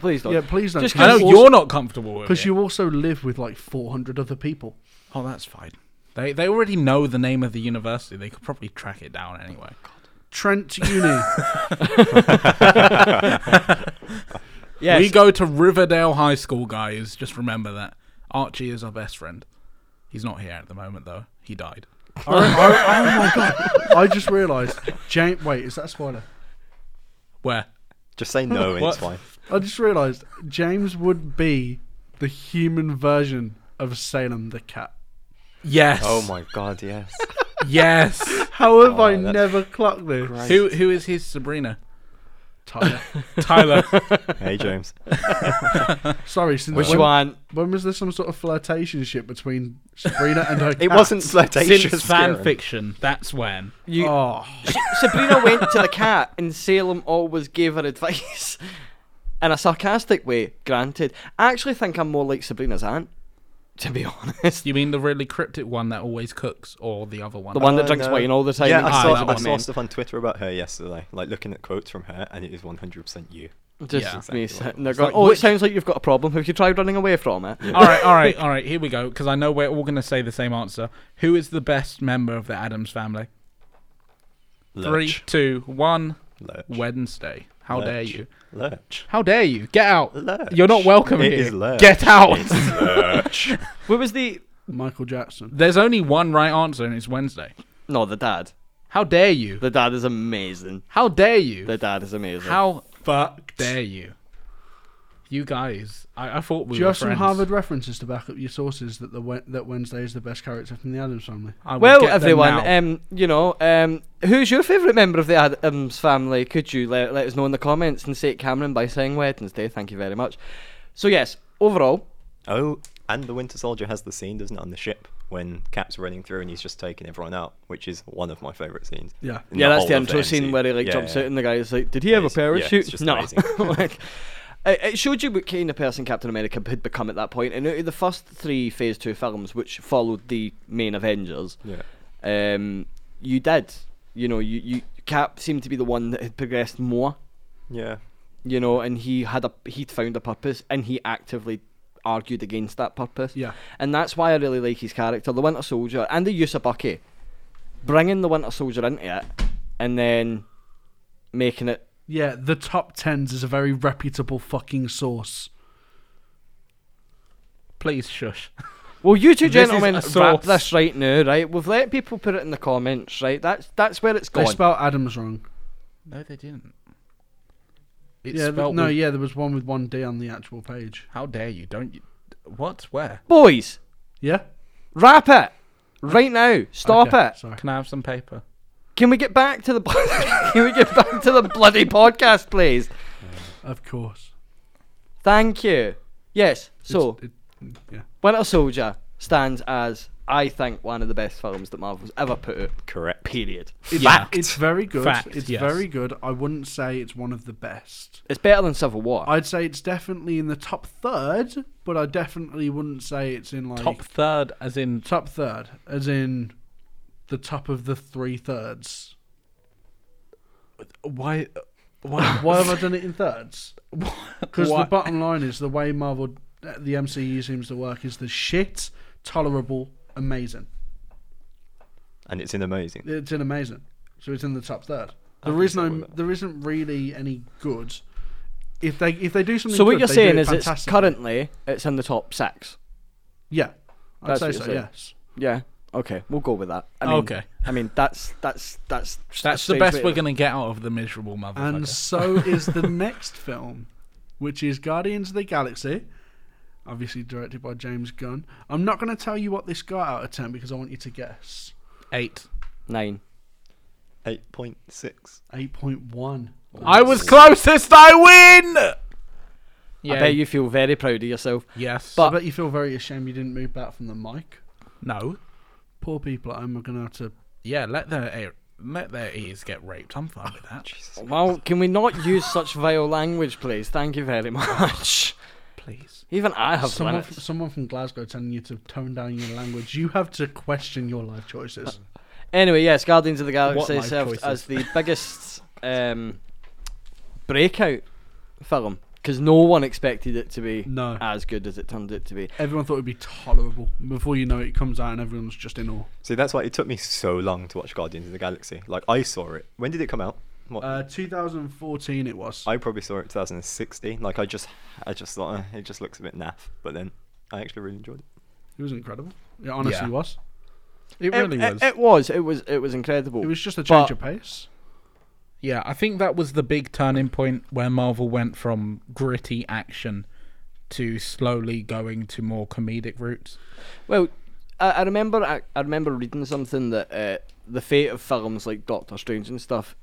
Speaker 1: please don't.
Speaker 3: Yeah, please don't.
Speaker 1: Just
Speaker 2: I know
Speaker 1: Also-
Speaker 2: you're not comfortable with
Speaker 3: Because
Speaker 2: it.
Speaker 3: you also live with like 400 other people.
Speaker 2: Oh, that's fine. They they already know the name of the university. They could probably track it down anyway.
Speaker 3: Trent Uni.
Speaker 1: Yes.
Speaker 2: We go to Riverdale High School, guys. Just remember that. Archie is our best friend. He's not here at the moment, though. He died.
Speaker 3: I, I- oh my god! I just realised. James, wait, is that a spoiler?
Speaker 2: Where?
Speaker 4: Just say no and
Speaker 2: What?
Speaker 4: it's fine.
Speaker 3: I just realised James would be the human version of Salem the cat.
Speaker 2: Yes.
Speaker 4: Oh my god, yes.
Speaker 2: Yes.
Speaker 3: How have I
Speaker 4: Oh, that's
Speaker 3: never clocked this?
Speaker 2: who who is his Sabrina?
Speaker 3: Tyler.
Speaker 2: Tyler.
Speaker 4: hey James.
Speaker 3: Sorry, since
Speaker 1: Which
Speaker 3: when,
Speaker 1: one?
Speaker 3: when was there some sort of flirtation ship between Sabrina and her?
Speaker 4: It
Speaker 3: cat?
Speaker 4: wasn't flirtatious.
Speaker 2: Since fan
Speaker 4: Kieran.
Speaker 2: fiction, that's when.
Speaker 1: You,
Speaker 3: Oh,
Speaker 1: Sabrina went to the cat, and Salem always gave her advice in a sarcastic way. Granted, I actually think I'm more like Sabrina's aunt, to be honest.
Speaker 2: You mean the really cryptic one that always cooks, or the other one?
Speaker 1: The one that
Speaker 4: Uh,
Speaker 1: drinks
Speaker 4: no.
Speaker 1: wine all the time.
Speaker 4: Yeah,
Speaker 1: and
Speaker 4: I
Speaker 1: gives
Speaker 4: saw,
Speaker 1: it
Speaker 4: I
Speaker 1: to
Speaker 4: saw
Speaker 1: men.
Speaker 4: stuff on Twitter about her yesterday, like looking at quotes from her, and it is 100% you.
Speaker 1: Just
Speaker 2: Yeah.
Speaker 1: me
Speaker 4: Exactly
Speaker 1: sitting
Speaker 4: what it
Speaker 1: there
Speaker 4: was.
Speaker 1: going,
Speaker 4: Like,
Speaker 1: "Oh,
Speaker 4: which-
Speaker 1: it sounds like you've got a problem. Have you tried running away from it?"
Speaker 2: all right, all right, all right. Here we go, because I know we're all going to say the same answer. Who is the best member of the Adams family? Three,
Speaker 4: Lurch.
Speaker 2: two, one.
Speaker 4: Lurch.
Speaker 2: Wednesday. How dare
Speaker 4: Lurch.
Speaker 2: you?
Speaker 4: Lurch.
Speaker 2: How dare you? Get out.
Speaker 4: Lurch.
Speaker 2: You're not welcome
Speaker 4: It
Speaker 2: here.
Speaker 4: is Lurch.
Speaker 2: Get out.
Speaker 4: Lurch.
Speaker 1: What was the?
Speaker 3: Michael Jackson.
Speaker 2: There's only one right answer, and it's Wednesday.
Speaker 1: No, the dad.
Speaker 2: How dare you?
Speaker 1: The dad is amazing.
Speaker 2: How dare you?
Speaker 1: The dad is amazing.
Speaker 2: How fuck dare you? You guys, I, I thought we
Speaker 3: Do you
Speaker 2: were
Speaker 3: have some
Speaker 2: friends.
Speaker 3: Harvard references to back up your sources that the Wed- that Wednesday is the best character from the Adams Family?
Speaker 2: I will
Speaker 1: Well,
Speaker 2: get them
Speaker 1: everyone,
Speaker 2: now.
Speaker 1: um, you know, um, who's your favourite member of the Adams family? Could you let, let us know in the comments and say it, Cameron, by saying Wednesday? Thank you very much. So, yes, overall,
Speaker 4: Oh, and the Winter Soldier has the scene, doesn't it, on the ship when Cap's running through and he's just taking everyone out, which is one of my favourite scenes.
Speaker 3: Yeah.
Speaker 4: in
Speaker 1: yeah, that's the
Speaker 4: whole of
Speaker 1: intro scene
Speaker 4: MCU.
Speaker 1: where he like
Speaker 4: Yeah,
Speaker 1: jumps
Speaker 4: yeah.
Speaker 1: out and the guy is like, "Did he have a
Speaker 4: Amazing. Yeah, it's
Speaker 1: parachute?"
Speaker 4: just
Speaker 1: no.
Speaker 4: amazing.
Speaker 1: like, it it showed you what kind of person Captain America had become at that point, and out of the first three Phase Two films, which followed the main Avengers,
Speaker 4: Yeah.
Speaker 1: um, you did. You know, you, you Cap seemed to be the one that had progressed more
Speaker 4: Yeah.
Speaker 1: you know, and he had a he'd found a purpose and he actively argued against that purpose.
Speaker 3: Yeah.
Speaker 1: And that's why I really like his character, the Winter Soldier, and the use of Bucky, bringing the Winter Soldier into it, and then making it.
Speaker 3: Yeah, the top tens is a very reputable fucking source.
Speaker 2: Please shush.
Speaker 1: Well, you two
Speaker 2: This is
Speaker 1: gentlemen,
Speaker 2: a
Speaker 1: wrap
Speaker 2: source.
Speaker 1: this right now, right? We've let people put it in the comments, right? That's that's where it's
Speaker 3: They
Speaker 1: gone.
Speaker 3: spell Adams wrong.
Speaker 2: No, they didn't. It's
Speaker 3: yeah, th-
Speaker 2: spelled
Speaker 3: no,
Speaker 2: with-
Speaker 3: yeah, there was one with one D on the actual page.
Speaker 2: How dare you? Don't you? What? Where?
Speaker 1: Boys,
Speaker 3: Yeah.
Speaker 1: wrap it right now. Stop
Speaker 3: Okay,
Speaker 1: it.
Speaker 3: Sorry.
Speaker 2: Can Oh, I have some paper?
Speaker 1: Can we get back to the can we get back to the bloody podcast, please?
Speaker 3: Of course.
Speaker 1: Thank you. Yes. So
Speaker 3: It's- it- yeah.
Speaker 1: Winter Soldier stands as, I think, one of the best films that Marvel's ever put out.
Speaker 4: Correct.
Speaker 1: Period.
Speaker 3: It's,
Speaker 2: Fact.
Speaker 3: It's very good.
Speaker 2: Fact,
Speaker 3: it's
Speaker 2: yes.
Speaker 3: very good. I wouldn't say it's one of the best.
Speaker 1: It's better than Civil War.
Speaker 3: I'd say it's definitely in the top third, but I definitely wouldn't say it's in like
Speaker 2: Top third, as in
Speaker 3: top third, as in the top of the three thirds.
Speaker 2: why?
Speaker 3: Why, why have I done it in thirds? Because the
Speaker 2: Why-
Speaker 3: bottom line is the way Marvel, the MCU seems to work is the shit, tolerable, amazing.
Speaker 4: and it's in amazing.
Speaker 3: It's in amazing, so it's in the top third.
Speaker 4: I
Speaker 3: There
Speaker 4: think
Speaker 3: is
Speaker 4: so,
Speaker 3: no,
Speaker 4: wouldn't it?
Speaker 3: there isn't really any good. If they if they do something,
Speaker 1: So what
Speaker 3: good,
Speaker 1: you're
Speaker 3: they do
Speaker 1: saying
Speaker 3: it
Speaker 1: is it's
Speaker 3: fantastically.
Speaker 1: currently it's in the top six.
Speaker 3: Yeah, I'd
Speaker 1: That's
Speaker 3: say
Speaker 1: what you're
Speaker 3: so.
Speaker 1: saying.
Speaker 3: Yes.
Speaker 1: Yeah. Okay, we'll go with that. I mean,
Speaker 2: Okay.
Speaker 1: I mean that's that's that's
Speaker 2: That's the best we're gonna get out of the miserable motherfucker.
Speaker 3: And so is the next film, which is Guardians of the Galaxy, obviously directed by James Gunn. I'm not going to tell you what this got out of 10 because I want you to guess.
Speaker 2: Eight.
Speaker 1: nine.
Speaker 4: Eight point six.
Speaker 3: 8.1.
Speaker 2: I was closest. I win. Yeah.
Speaker 1: I bet you feel very proud of yourself.
Speaker 2: Yes.
Speaker 3: I
Speaker 1: But-
Speaker 3: bet you feel very ashamed you didn't move back from the mic.
Speaker 2: no.
Speaker 3: Poor people at home are going to have to.
Speaker 2: Yeah. Let their ear, let their ears get raped. I'm fine with that.
Speaker 1: Well, can we not use such vile language, please? Thank you very much.
Speaker 2: Please.
Speaker 1: Even I have
Speaker 3: Someone,
Speaker 1: limits.
Speaker 3: from, someone from Glasgow telling you to tone down your language. You have to question your life choices.
Speaker 2: Uh.
Speaker 1: Anyway, yes, Guardians of the Galaxy
Speaker 2: life
Speaker 1: served
Speaker 2: choices?
Speaker 1: as the biggest um, breakout film because no one expected it to be
Speaker 3: No.
Speaker 1: as good as it turned out to be.
Speaker 3: Everyone thought it would be tolerable. Before you know it, it comes out and everyone's just in awe.
Speaker 4: See, that's why it took me so long to watch Guardians of the Galaxy. Like, I saw it. When did it come out? What?
Speaker 3: Uh, 2014 it was.
Speaker 4: I probably saw it 2016. Like, I just, I just thought eh, it just looks a bit naff. But then, I actually really enjoyed it.
Speaker 3: It was incredible. It honestly
Speaker 2: Yeah.
Speaker 3: was. It really
Speaker 1: it,
Speaker 3: was.
Speaker 1: It, was. It was. It was incredible.
Speaker 3: It was just a change
Speaker 1: But-
Speaker 3: of pace.
Speaker 2: Yeah, I think that was the big turning point where Marvel went from gritty action to slowly going to more comedic routes.
Speaker 1: Well, I, I remember I, I remember reading something that uh, the fate of films like Doctor Strange and stuff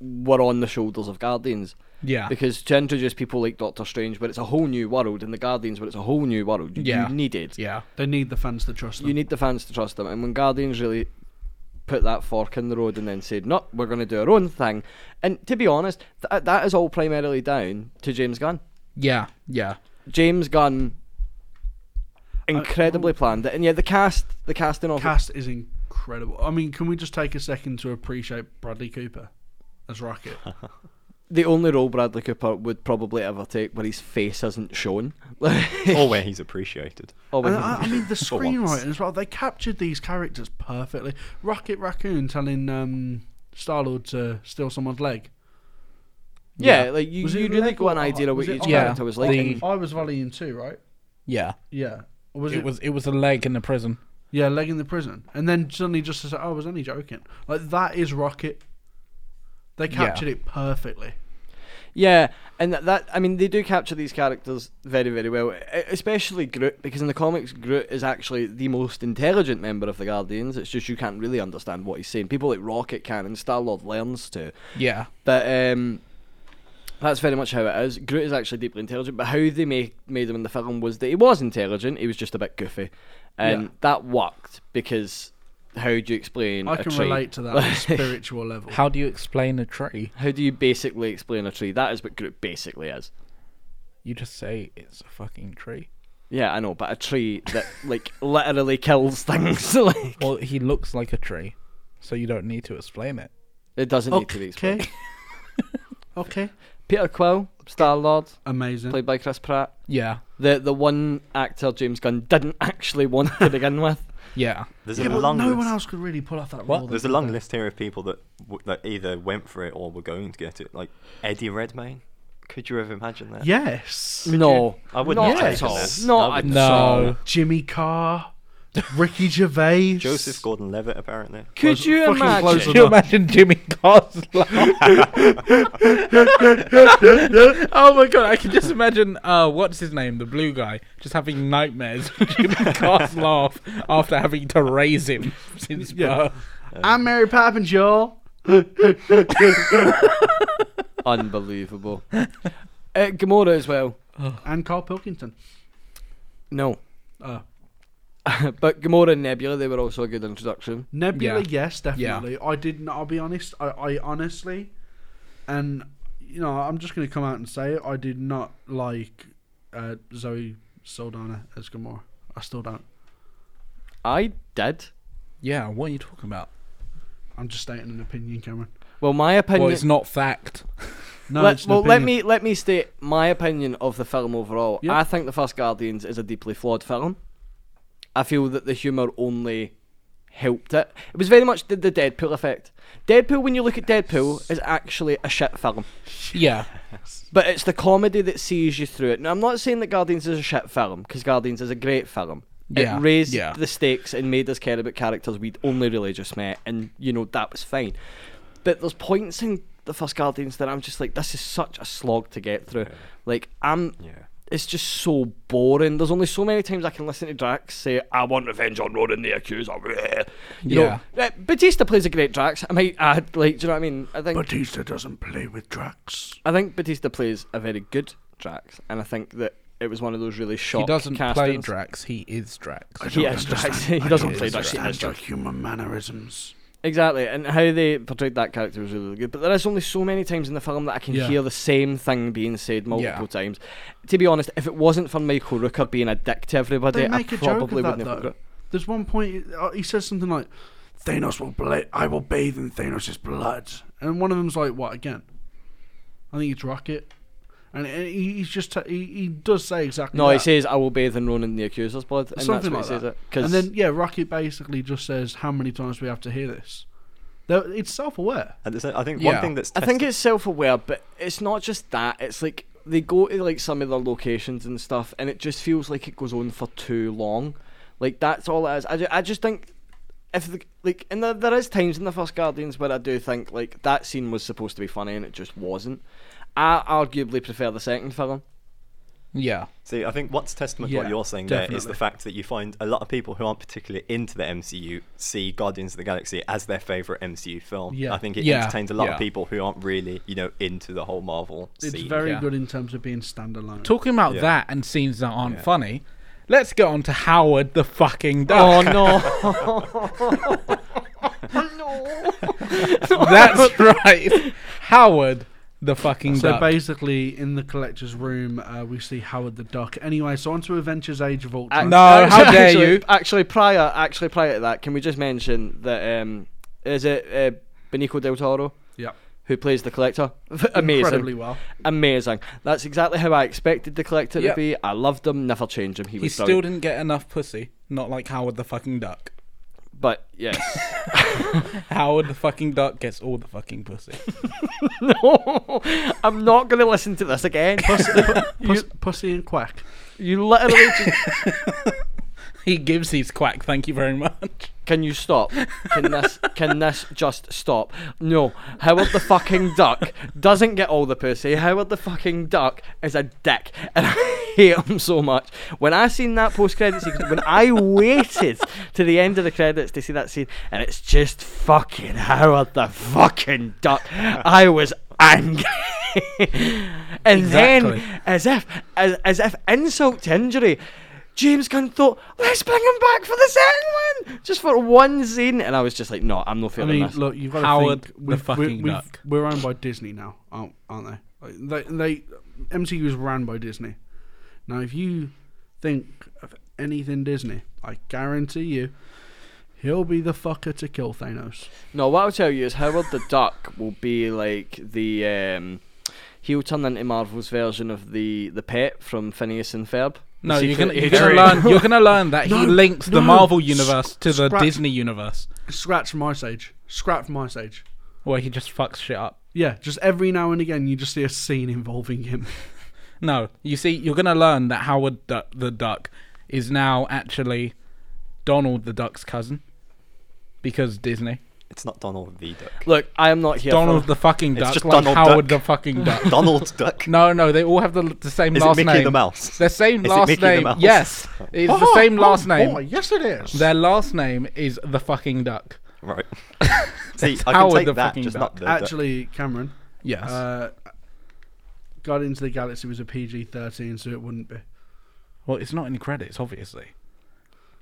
Speaker 1: were on the shoulders of Guardians.
Speaker 2: Yeah.
Speaker 1: Because to introduce people like Doctor Strange, where it's a whole new world, and the Guardians, where it's a whole new world, you,
Speaker 2: Yeah.
Speaker 1: you needed.
Speaker 2: yeah.
Speaker 3: They need the fans to trust them.
Speaker 1: You need the fans to trust them. And when Guardians really put that fork in the road and then said, no, we're going to do our own thing. And to be honest, th- that is all primarily down to James Gunn.
Speaker 2: Yeah. Yeah.
Speaker 1: James Gunn incredibly planned it, and yeah, the cast, the casting of it-
Speaker 3: Uh, oh. Cast is incredible. I mean, can we just take a second to appreciate Bradley Cooper as Rocket?
Speaker 1: the only role Bradley Cooper would probably ever take where his face isn't shown.
Speaker 4: or where he's appreciated.
Speaker 1: Or when
Speaker 3: Oh. And I, I mean, the
Speaker 4: For once.
Speaker 3: screenwriting as well. They captured these characters perfectly. Rocket Raccoon telling um, Star Lord to steal someone's leg.
Speaker 1: he- yeah, like you,
Speaker 3: Was it
Speaker 1: you really
Speaker 3: leg
Speaker 1: got an
Speaker 3: or-
Speaker 1: idea of what
Speaker 3: was it
Speaker 1: each
Speaker 3: eye?
Speaker 1: character was like.
Speaker 2: The-
Speaker 1: and-
Speaker 3: I was volleying too, right?
Speaker 2: Yeah.
Speaker 3: Yeah. Or was
Speaker 2: it,
Speaker 3: it,
Speaker 2: was it was a leg in the prison.
Speaker 3: yeah, leg in the prison, and then suddenly just to say, "Oh, I was only joking." Like that is Rocket. They captured it perfectly.
Speaker 1: Yeah, and that, that I mean they do capture these characters very very well, e- especially Groot because in the comics Groot is actually the most intelligent member of the Guardians. It's just you can't really understand what he's saying. People like Rocket can and Star Lord learns to,
Speaker 2: Yeah.
Speaker 1: but um, that's very much how it is. Groot is actually deeply intelligent, but how they make, made him in the film was that he was intelligent. He was just a bit goofy, and
Speaker 3: Yeah.
Speaker 1: that worked because how do you explain?
Speaker 3: I
Speaker 1: a
Speaker 3: can
Speaker 1: trait?
Speaker 3: relate to that on a spiritual level.
Speaker 2: How do you explain a tree?
Speaker 1: How do you basically explain a tree? That is what Groot basically is.
Speaker 2: You just say it's a fucking tree.
Speaker 1: Yeah, I know, but a tree that like literally kills things. like
Speaker 2: Well, he looks like a tree, so you don't need to explain it.
Speaker 1: it doesn't need to be explained.
Speaker 3: okay. okay.
Speaker 1: Peter Quill, Star Lord,
Speaker 3: Amazing.
Speaker 1: played by Chris Pratt.
Speaker 2: Yeah.
Speaker 1: The the one actor James Gunn didn't actually want to begin with.
Speaker 2: Yeah.
Speaker 4: There's
Speaker 3: Yeah,
Speaker 4: a
Speaker 3: but
Speaker 4: long
Speaker 3: no
Speaker 4: list.
Speaker 3: one else could really pull off that
Speaker 2: What?
Speaker 3: role.
Speaker 4: There's a long list here of people that w- that either went for it or were going to get it. Like Eddie Redmayne. Could you have imagined that?
Speaker 3: Yes.
Speaker 1: No,
Speaker 4: I would
Speaker 1: not
Speaker 4: not
Speaker 1: at
Speaker 4: take
Speaker 1: all.
Speaker 4: this. I
Speaker 1: Not at
Speaker 4: would
Speaker 1: all.
Speaker 2: No.
Speaker 3: Jimmy Carr, Ricky Gervais,
Speaker 4: Joseph Gordon-Levitt, apparently.
Speaker 1: Could
Speaker 3: Close-
Speaker 1: you
Speaker 3: fucking
Speaker 1: imagine?
Speaker 3: close
Speaker 2: Could you imagine Jimmy Carr's laugh? oh my god, I can just imagine uh, what's his name, the blue guy, just having nightmares. of Jimmy Carr's laugh after having to raise him since
Speaker 3: Yeah.
Speaker 2: birth.
Speaker 3: I'm Mary Poppins, y'all.
Speaker 1: Unbelievable. uh, Gamora as well.
Speaker 3: And Carl Pilkington.
Speaker 1: No,
Speaker 3: Uh,
Speaker 1: but Gamora and Nebula they were also a good introduction.
Speaker 3: Nebula,
Speaker 2: Yeah.
Speaker 3: yes, definitely. I didn't. I'll be honest. I, I honestly, and you know, I'm just going to come out and say it. I did not like uh, Zoe Saldana as Gamora. I still don't.
Speaker 1: I did.
Speaker 2: Yeah, what are you talking about?
Speaker 3: I'm just stating an opinion, Cameron.
Speaker 1: Well, my opinion.
Speaker 2: Well, it's not fact.
Speaker 3: No,
Speaker 1: let,
Speaker 3: it's an
Speaker 1: well, let
Speaker 3: opinion.
Speaker 1: me let me state my opinion of the film overall.
Speaker 3: Yeah.
Speaker 1: I think the first Guardians is a deeply flawed film. I feel that the humor only helped it. It was very much the, the Deadpool effect. Deadpool, when you look at Deadpool, is actually a shit film.
Speaker 2: Yeah.
Speaker 1: But it's the comedy that sees you through it. Now, I'm not saying that Guardians is a shit film, because Guardians is a great film.
Speaker 2: Yeah,
Speaker 1: It raised
Speaker 2: yeah.
Speaker 1: the stakes and made us care about characters we'd only really just met, and, you know, that was fine. But there's points in the first Guardians that I'm just like, this is such a slog to get through. Like, I'm.
Speaker 4: Yeah.
Speaker 1: It's just so boring. There's only so many times I can listen to Drax say, I want revenge on Ronan the Accuser. You
Speaker 2: Yeah.
Speaker 1: Know, uh, Batista plays a great Drax. I might add, like, do you know what I mean? I think.
Speaker 3: Batista doesn't play with Drax.
Speaker 1: I think Batista plays a very good Drax, and I think that it was one of those really shock
Speaker 2: He doesn't play
Speaker 1: castings.
Speaker 2: Drax. He is Drax.
Speaker 1: He is Drax. He doesn't play Drax. He
Speaker 3: He
Speaker 1: is
Speaker 3: has your
Speaker 1: Drax.
Speaker 3: human mannerisms.
Speaker 1: Exactly, and how they portrayed that character was really good. But there is only so many times in the film that I can
Speaker 2: Yeah.
Speaker 1: hear the same thing being said multiple
Speaker 2: Yeah.
Speaker 1: times. To be honest, if it wasn't for Michael Rooker being a dick to everybody,
Speaker 3: They
Speaker 1: I
Speaker 3: make a joke
Speaker 1: probably
Speaker 3: of that
Speaker 1: wouldn't have.
Speaker 3: though. There's one point uh, he says something like, "Thanos will bla- I will bathe in Thanos' blood," and one of them's like, "What again?" I think it's Rocket, and and he- he's just ta he, he does say exactly.
Speaker 1: No,
Speaker 3: that.
Speaker 1: he says, "I will bathe in Ronan the Accuser's blood," and
Speaker 3: Something
Speaker 1: that's what he says.
Speaker 3: like
Speaker 1: It,
Speaker 3: and
Speaker 1: Cause,
Speaker 3: then yeah, Rocket basically just says, "How many times do we have to hear this?" Though It's self-aware.
Speaker 4: And there's- I think
Speaker 2: Yeah.
Speaker 4: one thing that's
Speaker 1: I think
Speaker 4: tested-
Speaker 1: it's self-aware, but it's not just that. It's like they go to like some of their locations and stuff, and it just feels like it goes on for too long. Like that's all it is. I ju- I just think if the, like and there, there is times in the first Guardians where I do think like that scene was supposed to be funny and it just wasn't. I arguably prefer the second film.
Speaker 2: Yeah.
Speaker 4: See, I think what's testament to
Speaker 2: Yeah,
Speaker 4: what you're saying there is the
Speaker 2: definitely.
Speaker 4: fact that you find a lot of people who aren't particularly into the MCU see Guardians of the Galaxy as their favorite MCU film.
Speaker 3: Yeah.
Speaker 4: I think it
Speaker 2: Yeah,
Speaker 4: entertains a lot
Speaker 2: yeah.
Speaker 4: of people who aren't really, you know, into the whole Marvel
Speaker 3: It's
Speaker 4: scene.
Speaker 3: very
Speaker 2: yeah.
Speaker 3: good in terms of being standalone.
Speaker 2: Talking about
Speaker 4: Yeah.
Speaker 2: that and scenes that aren't
Speaker 4: Yeah.
Speaker 2: funny, let's get on to Howard the fucking
Speaker 1: Oh
Speaker 2: Duck.
Speaker 1: no! no!
Speaker 2: That's right. Howard the fucking
Speaker 3: So
Speaker 2: Duck.
Speaker 3: basically, in the collector's room, uh, we see Howard the Duck. Anyway, so on to Avengers: Age of
Speaker 1: Ac-
Speaker 3: Ultron.
Speaker 2: Uh, No, how dare
Speaker 1: actually-
Speaker 2: you.
Speaker 1: Actually, prior, actually prior to that, can we just mention that um, is it uh, Benicio del Toro
Speaker 3: Yeah,
Speaker 1: who plays the collector? Amazing,
Speaker 3: incredibly well.
Speaker 1: amazing. That's exactly how I expected the collector to
Speaker 2: Yep.
Speaker 1: be. I loved him. Never change him. He
Speaker 2: he
Speaker 1: was
Speaker 2: still
Speaker 1: brilliant.
Speaker 2: didn't get enough pussy. Not like Howard the fucking Duck.
Speaker 1: But yes,
Speaker 2: Howard the fucking Duck gets all the fucking pussy.
Speaker 1: no, I'm not going to listen to this again.
Speaker 3: Puss, pussy and quack.
Speaker 1: you literally just,
Speaker 2: he gives his quack. Thank you very much.
Speaker 1: can you stop? Can this can this just stop? No, Howard the fucking duck doesn't get all the pussy. Howard the fucking duck is a dick, and I hate him so much. When I seen that post credit sequence, when I waited to the end of the credits to see that scene, and it's just fucking Howard the fucking duck, I was angry. and
Speaker 2: Exactly.
Speaker 1: then, as if as, as if insult to injury. James Gunn thought, let's bring him back for the second one, just for one scene, and I was just like, no, I'm not
Speaker 3: I
Speaker 1: feeling
Speaker 3: mean,
Speaker 1: this.
Speaker 3: look, you've got
Speaker 2: Howard
Speaker 3: to think,
Speaker 2: the
Speaker 3: we've-
Speaker 2: fucking
Speaker 3: we've-
Speaker 2: Duck.
Speaker 3: We're owned by Disney now, aren't, aren't they? Like, they? They MCU is ran by Disney. Now, if you think of anything Disney, I guarantee you, he'll be the fucker to kill Thanos.
Speaker 1: No, what I'll tell you is Howard the Duck will be like the um, he'll turn into Marvel's version of the the pet from Phineas and Ferb. the
Speaker 2: No, you're
Speaker 1: secret
Speaker 2: gonna, you're gonna
Speaker 1: agent.
Speaker 2: learn. You're gonna learn that
Speaker 3: No,
Speaker 2: he links the
Speaker 3: no,
Speaker 2: Marvel universe to the
Speaker 3: scratch.
Speaker 2: Disney universe,
Speaker 3: Scratch from Ice Age. Scrap from Ice Age.
Speaker 2: where he just fucks shit up.
Speaker 3: Yeah, just every now and again, you just see a scene involving him.
Speaker 2: No, you see, you're gonna learn that Howard du- the Duck is now actually Donald the Duck's cousin because Disney.
Speaker 4: It's not Donald the Duck.
Speaker 1: Look, I am not here.
Speaker 2: Donald
Speaker 1: for,
Speaker 2: the fucking
Speaker 4: It's
Speaker 2: Duck,
Speaker 4: just
Speaker 2: like
Speaker 4: Donald
Speaker 2: Howard
Speaker 4: Duck.
Speaker 2: the fucking Duck.
Speaker 4: Donald Duck.
Speaker 2: No, no, they all have the, the same
Speaker 4: Is it
Speaker 2: last
Speaker 4: Mickey
Speaker 2: name.
Speaker 4: the Mouse?
Speaker 2: Their same
Speaker 4: Is it
Speaker 2: last
Speaker 4: Mickey the
Speaker 2: name.
Speaker 4: Mouse?
Speaker 2: Yes, it's the same last name.
Speaker 3: Oh, Boy, yes, it is.
Speaker 2: Their last name is the fucking Duck.
Speaker 4: Right. See, I can
Speaker 2: Howard the
Speaker 4: take that,
Speaker 2: fucking
Speaker 4: just
Speaker 2: Duck.
Speaker 4: not the Duck.
Speaker 3: Actually, Cameron,
Speaker 2: Yes.
Speaker 3: uh, Guardians of the Galaxy was a PG 13, so it wouldn't be.
Speaker 2: Well, it's not in credits, obviously.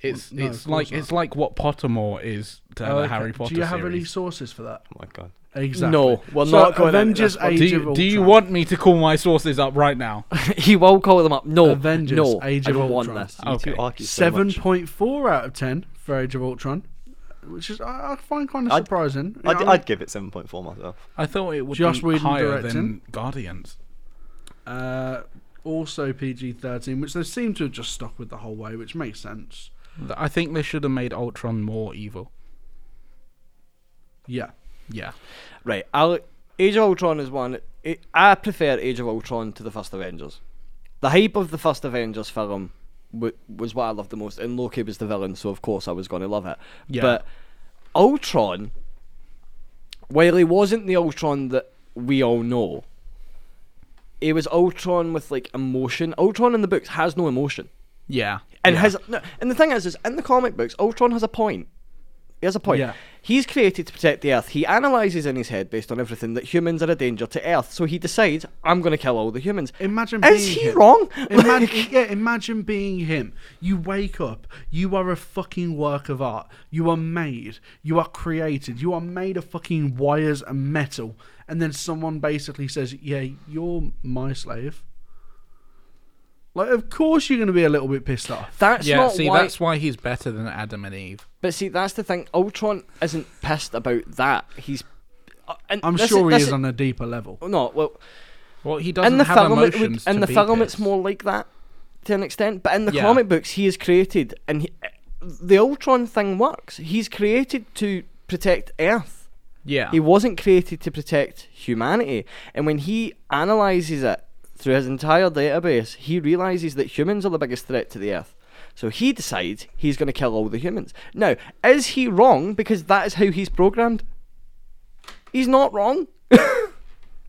Speaker 2: It's
Speaker 3: no,
Speaker 2: it's
Speaker 3: of course
Speaker 2: like
Speaker 3: not.
Speaker 2: it's like what Pottermore is to
Speaker 3: Oh,
Speaker 2: the
Speaker 3: okay.
Speaker 2: Harry Potter
Speaker 3: Do you have any
Speaker 2: series.
Speaker 3: sources for that?
Speaker 4: Oh my god.
Speaker 3: Exactly.
Speaker 1: No, we're
Speaker 3: So
Speaker 1: not going into
Speaker 3: Avengers
Speaker 1: this
Speaker 3: Age
Speaker 2: do
Speaker 3: of
Speaker 2: you,
Speaker 3: Ultron.
Speaker 2: do you want me to call my sources up right now?
Speaker 1: he will call them up. No,
Speaker 3: Avengers,
Speaker 1: no,
Speaker 3: Age
Speaker 1: I
Speaker 3: of
Speaker 1: don't want
Speaker 3: Ultron.
Speaker 1: this.
Speaker 4: You two
Speaker 2: Okay.
Speaker 4: argue so
Speaker 3: seven
Speaker 4: much.
Speaker 3: point four out of ten for Age of Ultron? which is I, I find kind of
Speaker 4: I'd-
Speaker 3: surprising. You
Speaker 4: I'd,
Speaker 3: know,
Speaker 4: I'd give it 7.4 myself.
Speaker 2: I thought it would
Speaker 3: Joss
Speaker 2: be
Speaker 3: Whedon
Speaker 2: higher
Speaker 3: directing.
Speaker 2: than Guardians.
Speaker 3: uh, also PG thirteen, which they seem to have just stuck with the whole way, which makes sense.
Speaker 2: Th- I think they should have made Ultron more evil.
Speaker 3: Yeah,
Speaker 2: Yeah.
Speaker 1: Right, I'll, Age of Ultron is one. I I prefer Age of Ultron to the first Avengers. The hype of the first Avengers film w- was what I loved the most, and Loki was the villain, so of course I was going to love it.
Speaker 2: Yeah.
Speaker 1: But Ultron, while he wasn't the Ultron that we all know, he was Ultron with like emotion. Ultron in the books has no emotion,
Speaker 2: Yeah.
Speaker 1: and
Speaker 2: yeah.
Speaker 1: has no, and the thing is, is in the comic books, Ultron has a point. He has a point.
Speaker 3: Yeah.
Speaker 1: He's created to protect the Earth. He analyzes in his head based on everything that humans are a danger to Earth. So he decides, I'm going to kill all the humans.
Speaker 3: imagine.
Speaker 1: is
Speaker 3: being
Speaker 1: he
Speaker 3: him.
Speaker 1: wrong?
Speaker 3: Imagine,
Speaker 1: Like-
Speaker 3: yeah, imagine being him. You wake up. You are a fucking work of art. You are made. You are created. You are made of fucking wires and metal. And then someone basically says, "Yeah, you're my slave." Like, of course you're going to be a little bit pissed off.
Speaker 1: That's
Speaker 2: yeah,
Speaker 1: not
Speaker 2: see,
Speaker 1: why.
Speaker 2: that's why he's better than Adam and Eve.
Speaker 1: But see, that's the thing. Ultron isn't pissed about that. He's. uh, and
Speaker 3: I'm
Speaker 1: this
Speaker 3: sure he
Speaker 1: this
Speaker 3: is on a deeper level.
Speaker 1: No, well,
Speaker 2: Well, he doesn't
Speaker 1: in the
Speaker 2: have
Speaker 1: film, it would-
Speaker 2: emotions. to
Speaker 1: in the
Speaker 2: be
Speaker 1: film,
Speaker 2: pissed.
Speaker 1: it's more like that to an extent. But in the
Speaker 2: Yeah.
Speaker 1: comic books, he is created, and he, the Ultron thing works. He's created to protect Earth.
Speaker 2: Yeah.
Speaker 1: He wasn't created to protect humanity. And when he analyzes it through his entire database, he realizes that humans are the biggest threat to the Earth. So he decides he's going to kill all the humans. Now, is he wrong because that is how he's programmed? He's not wrong.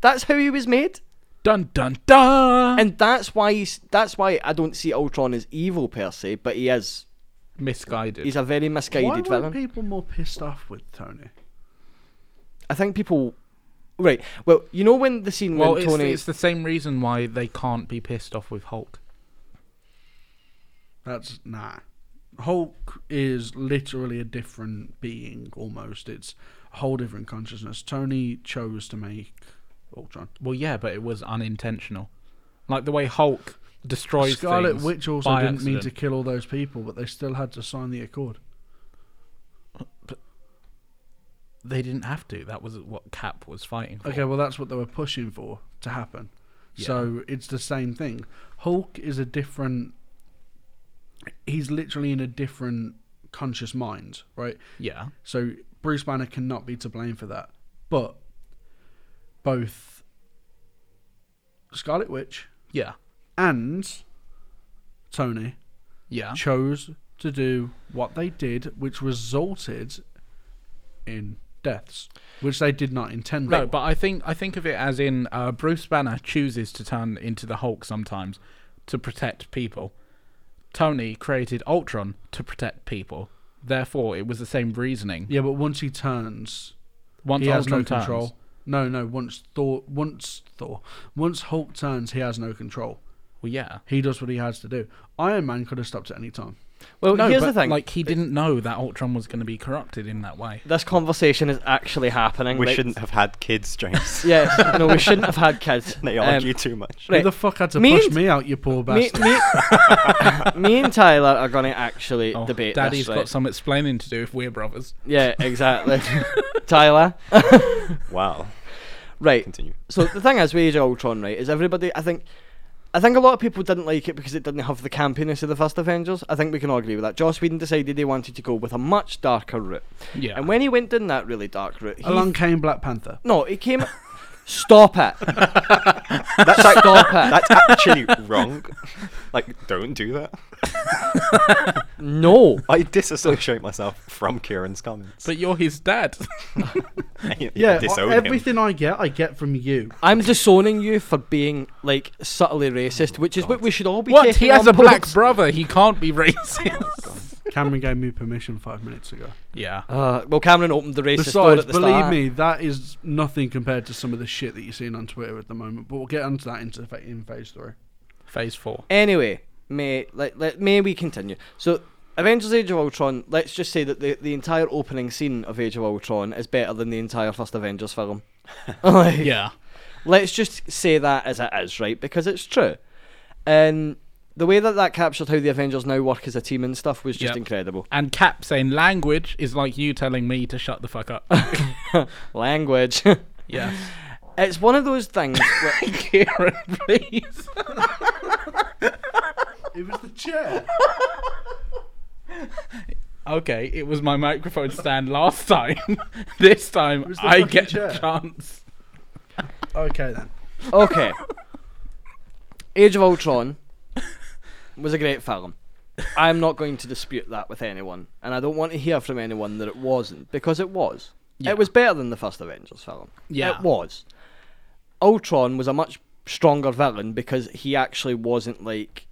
Speaker 1: that's how he was made.
Speaker 2: Dun dun dun.
Speaker 1: And that's why he's, that's why I don't see Ultron as evil per se, but he is.
Speaker 2: misguided.
Speaker 1: He's a very
Speaker 3: Why were
Speaker 1: misguided villain.
Speaker 3: people more pissed off with Tony?
Speaker 1: I think people Right. Well, you know when the scene
Speaker 2: well,
Speaker 1: when
Speaker 2: it's,
Speaker 1: Tony
Speaker 2: it's the same reason why they can't be pissed off with Hulk.
Speaker 3: That's nah. Hulk is literally a different being almost. It's a whole different consciousness. Tony chose to make Ultron.
Speaker 2: Well, yeah, but it was unintentional. Like the way Hulk destroys
Speaker 3: Scarlet
Speaker 2: things
Speaker 3: Witch also
Speaker 2: by
Speaker 3: didn't mean to
Speaker 2: accident.
Speaker 3: kill all those people, but they still had to sign the accord.
Speaker 2: They didn't have to. That was what Cap was fighting for.
Speaker 3: Okay, well that's what they were pushing for to happen.
Speaker 2: Yeah.
Speaker 3: So it's the same thing. Hulk is a different he's literally in a different conscious mind, right?
Speaker 2: Yeah.
Speaker 3: So Bruce Banner cannot be to blame for that. But both Scarlet Witch
Speaker 2: Yeah.
Speaker 3: and Tony
Speaker 2: Yeah.
Speaker 3: chose to do what they did, which resulted in deaths, which they did not intend.
Speaker 2: No,
Speaker 3: for.
Speaker 2: but I think I think of it as in uh, Bruce Banner chooses to turn into the Hulk sometimes to protect people. Tony created Ultron to protect people. Therefore, it was the same reasoning.
Speaker 3: yeah, but once he turns,
Speaker 2: Once
Speaker 3: he has
Speaker 2: Ultron
Speaker 3: no
Speaker 2: turns,
Speaker 3: control. No, no. Once Thor, once Thor, once Hulk turns, he has no control.
Speaker 2: Well, yeah.
Speaker 3: He does what he has to do. Iron Man could have stopped at any time.
Speaker 1: Well,
Speaker 2: no,
Speaker 1: here's
Speaker 2: but,
Speaker 1: the thing.
Speaker 2: Like he didn't know that Ultron was going to be corrupted in that way.
Speaker 1: this conversation is actually happening.
Speaker 4: We
Speaker 1: like-
Speaker 4: shouldn't have had kids, James.
Speaker 1: Yes, no, we shouldn't have had kids.
Speaker 4: They
Speaker 1: Um,
Speaker 4: argue too much.
Speaker 1: right.
Speaker 3: Who the fuck had to
Speaker 1: Me
Speaker 3: push
Speaker 1: and-
Speaker 3: me out, you poor
Speaker 1: Um, me,
Speaker 3: bastard?
Speaker 1: me, me and Tyler are going to actually
Speaker 2: Oh,
Speaker 1: debate
Speaker 2: Daddy's
Speaker 1: this. right?
Speaker 2: got some explaining to do if we're brothers.
Speaker 1: Yeah, exactly. Tyler.
Speaker 4: Wow.
Speaker 1: Right.
Speaker 4: Continue.
Speaker 1: So the thing is, with Age of Ultron, right, is everybody. I think. I think a lot of people didn't like it because it didn't have the campiness of the first Avengers. I think we can all agree with that. Joss Whedon decided he wanted to go with a much darker route,
Speaker 2: Yeah.
Speaker 1: and when he went down that really dark route, he
Speaker 3: Along came Black Panther.
Speaker 1: no, it came. Stop it!
Speaker 4: That's, ac-
Speaker 1: Stop it!
Speaker 4: that's actually wrong. Like, don't do that.
Speaker 1: No.
Speaker 4: I disassociate myself from Kieran's comments.
Speaker 2: but you're his dad.
Speaker 4: I
Speaker 3: Yeah,
Speaker 4: disown
Speaker 3: I-
Speaker 4: him.
Speaker 3: everything I get, I get from you.
Speaker 1: I'm disowning you for being like subtly racist, which is what we should all be.
Speaker 2: what?
Speaker 1: Taking
Speaker 2: He has
Speaker 1: on
Speaker 2: a black
Speaker 1: board.
Speaker 2: brother. He can't be racist.
Speaker 3: Cameron gave me permission five minutes ago.
Speaker 2: yeah.
Speaker 1: Uh, well, Cameron opened the racist door
Speaker 3: Besides,
Speaker 1: at the
Speaker 3: believe
Speaker 1: start.
Speaker 3: me, that is nothing compared to some of the shit that you're seeing on Twitter at the moment. But we'll get onto that into fa- in phase three.
Speaker 2: Phase four.
Speaker 1: Anyway, may let, let may we continue. So, Avengers: Age of Ultron. Let's just say that the the entire opening scene of Age of Ultron is better than the entire first Avengers film. Like,
Speaker 2: Yeah.
Speaker 1: Let's just say that as it is, right? Because it's true. And the way that that captured how the Avengers now work as a team and stuff was just
Speaker 2: Yep.
Speaker 1: incredible.
Speaker 2: And Cap saying language is like you telling me to shut the fuck up.
Speaker 1: Language.
Speaker 2: yes.
Speaker 1: it's one of those things. Where,
Speaker 2: Kieran, please.
Speaker 3: It was the chair.
Speaker 2: Okay, it was my microphone stand last time. this time
Speaker 3: was the
Speaker 2: I
Speaker 3: fucking
Speaker 2: get
Speaker 3: chair.
Speaker 2: the chance.
Speaker 3: okay then.
Speaker 1: okay. Age of Ultron was a great film. I'm not going to dispute that with anyone, and I don't want to hear from anyone that it wasn't because it was.
Speaker 2: Yeah.
Speaker 1: It was better than the first Avengers film.
Speaker 2: Yeah.
Speaker 1: It was. Ultron was a much stronger villain because he actually wasn't like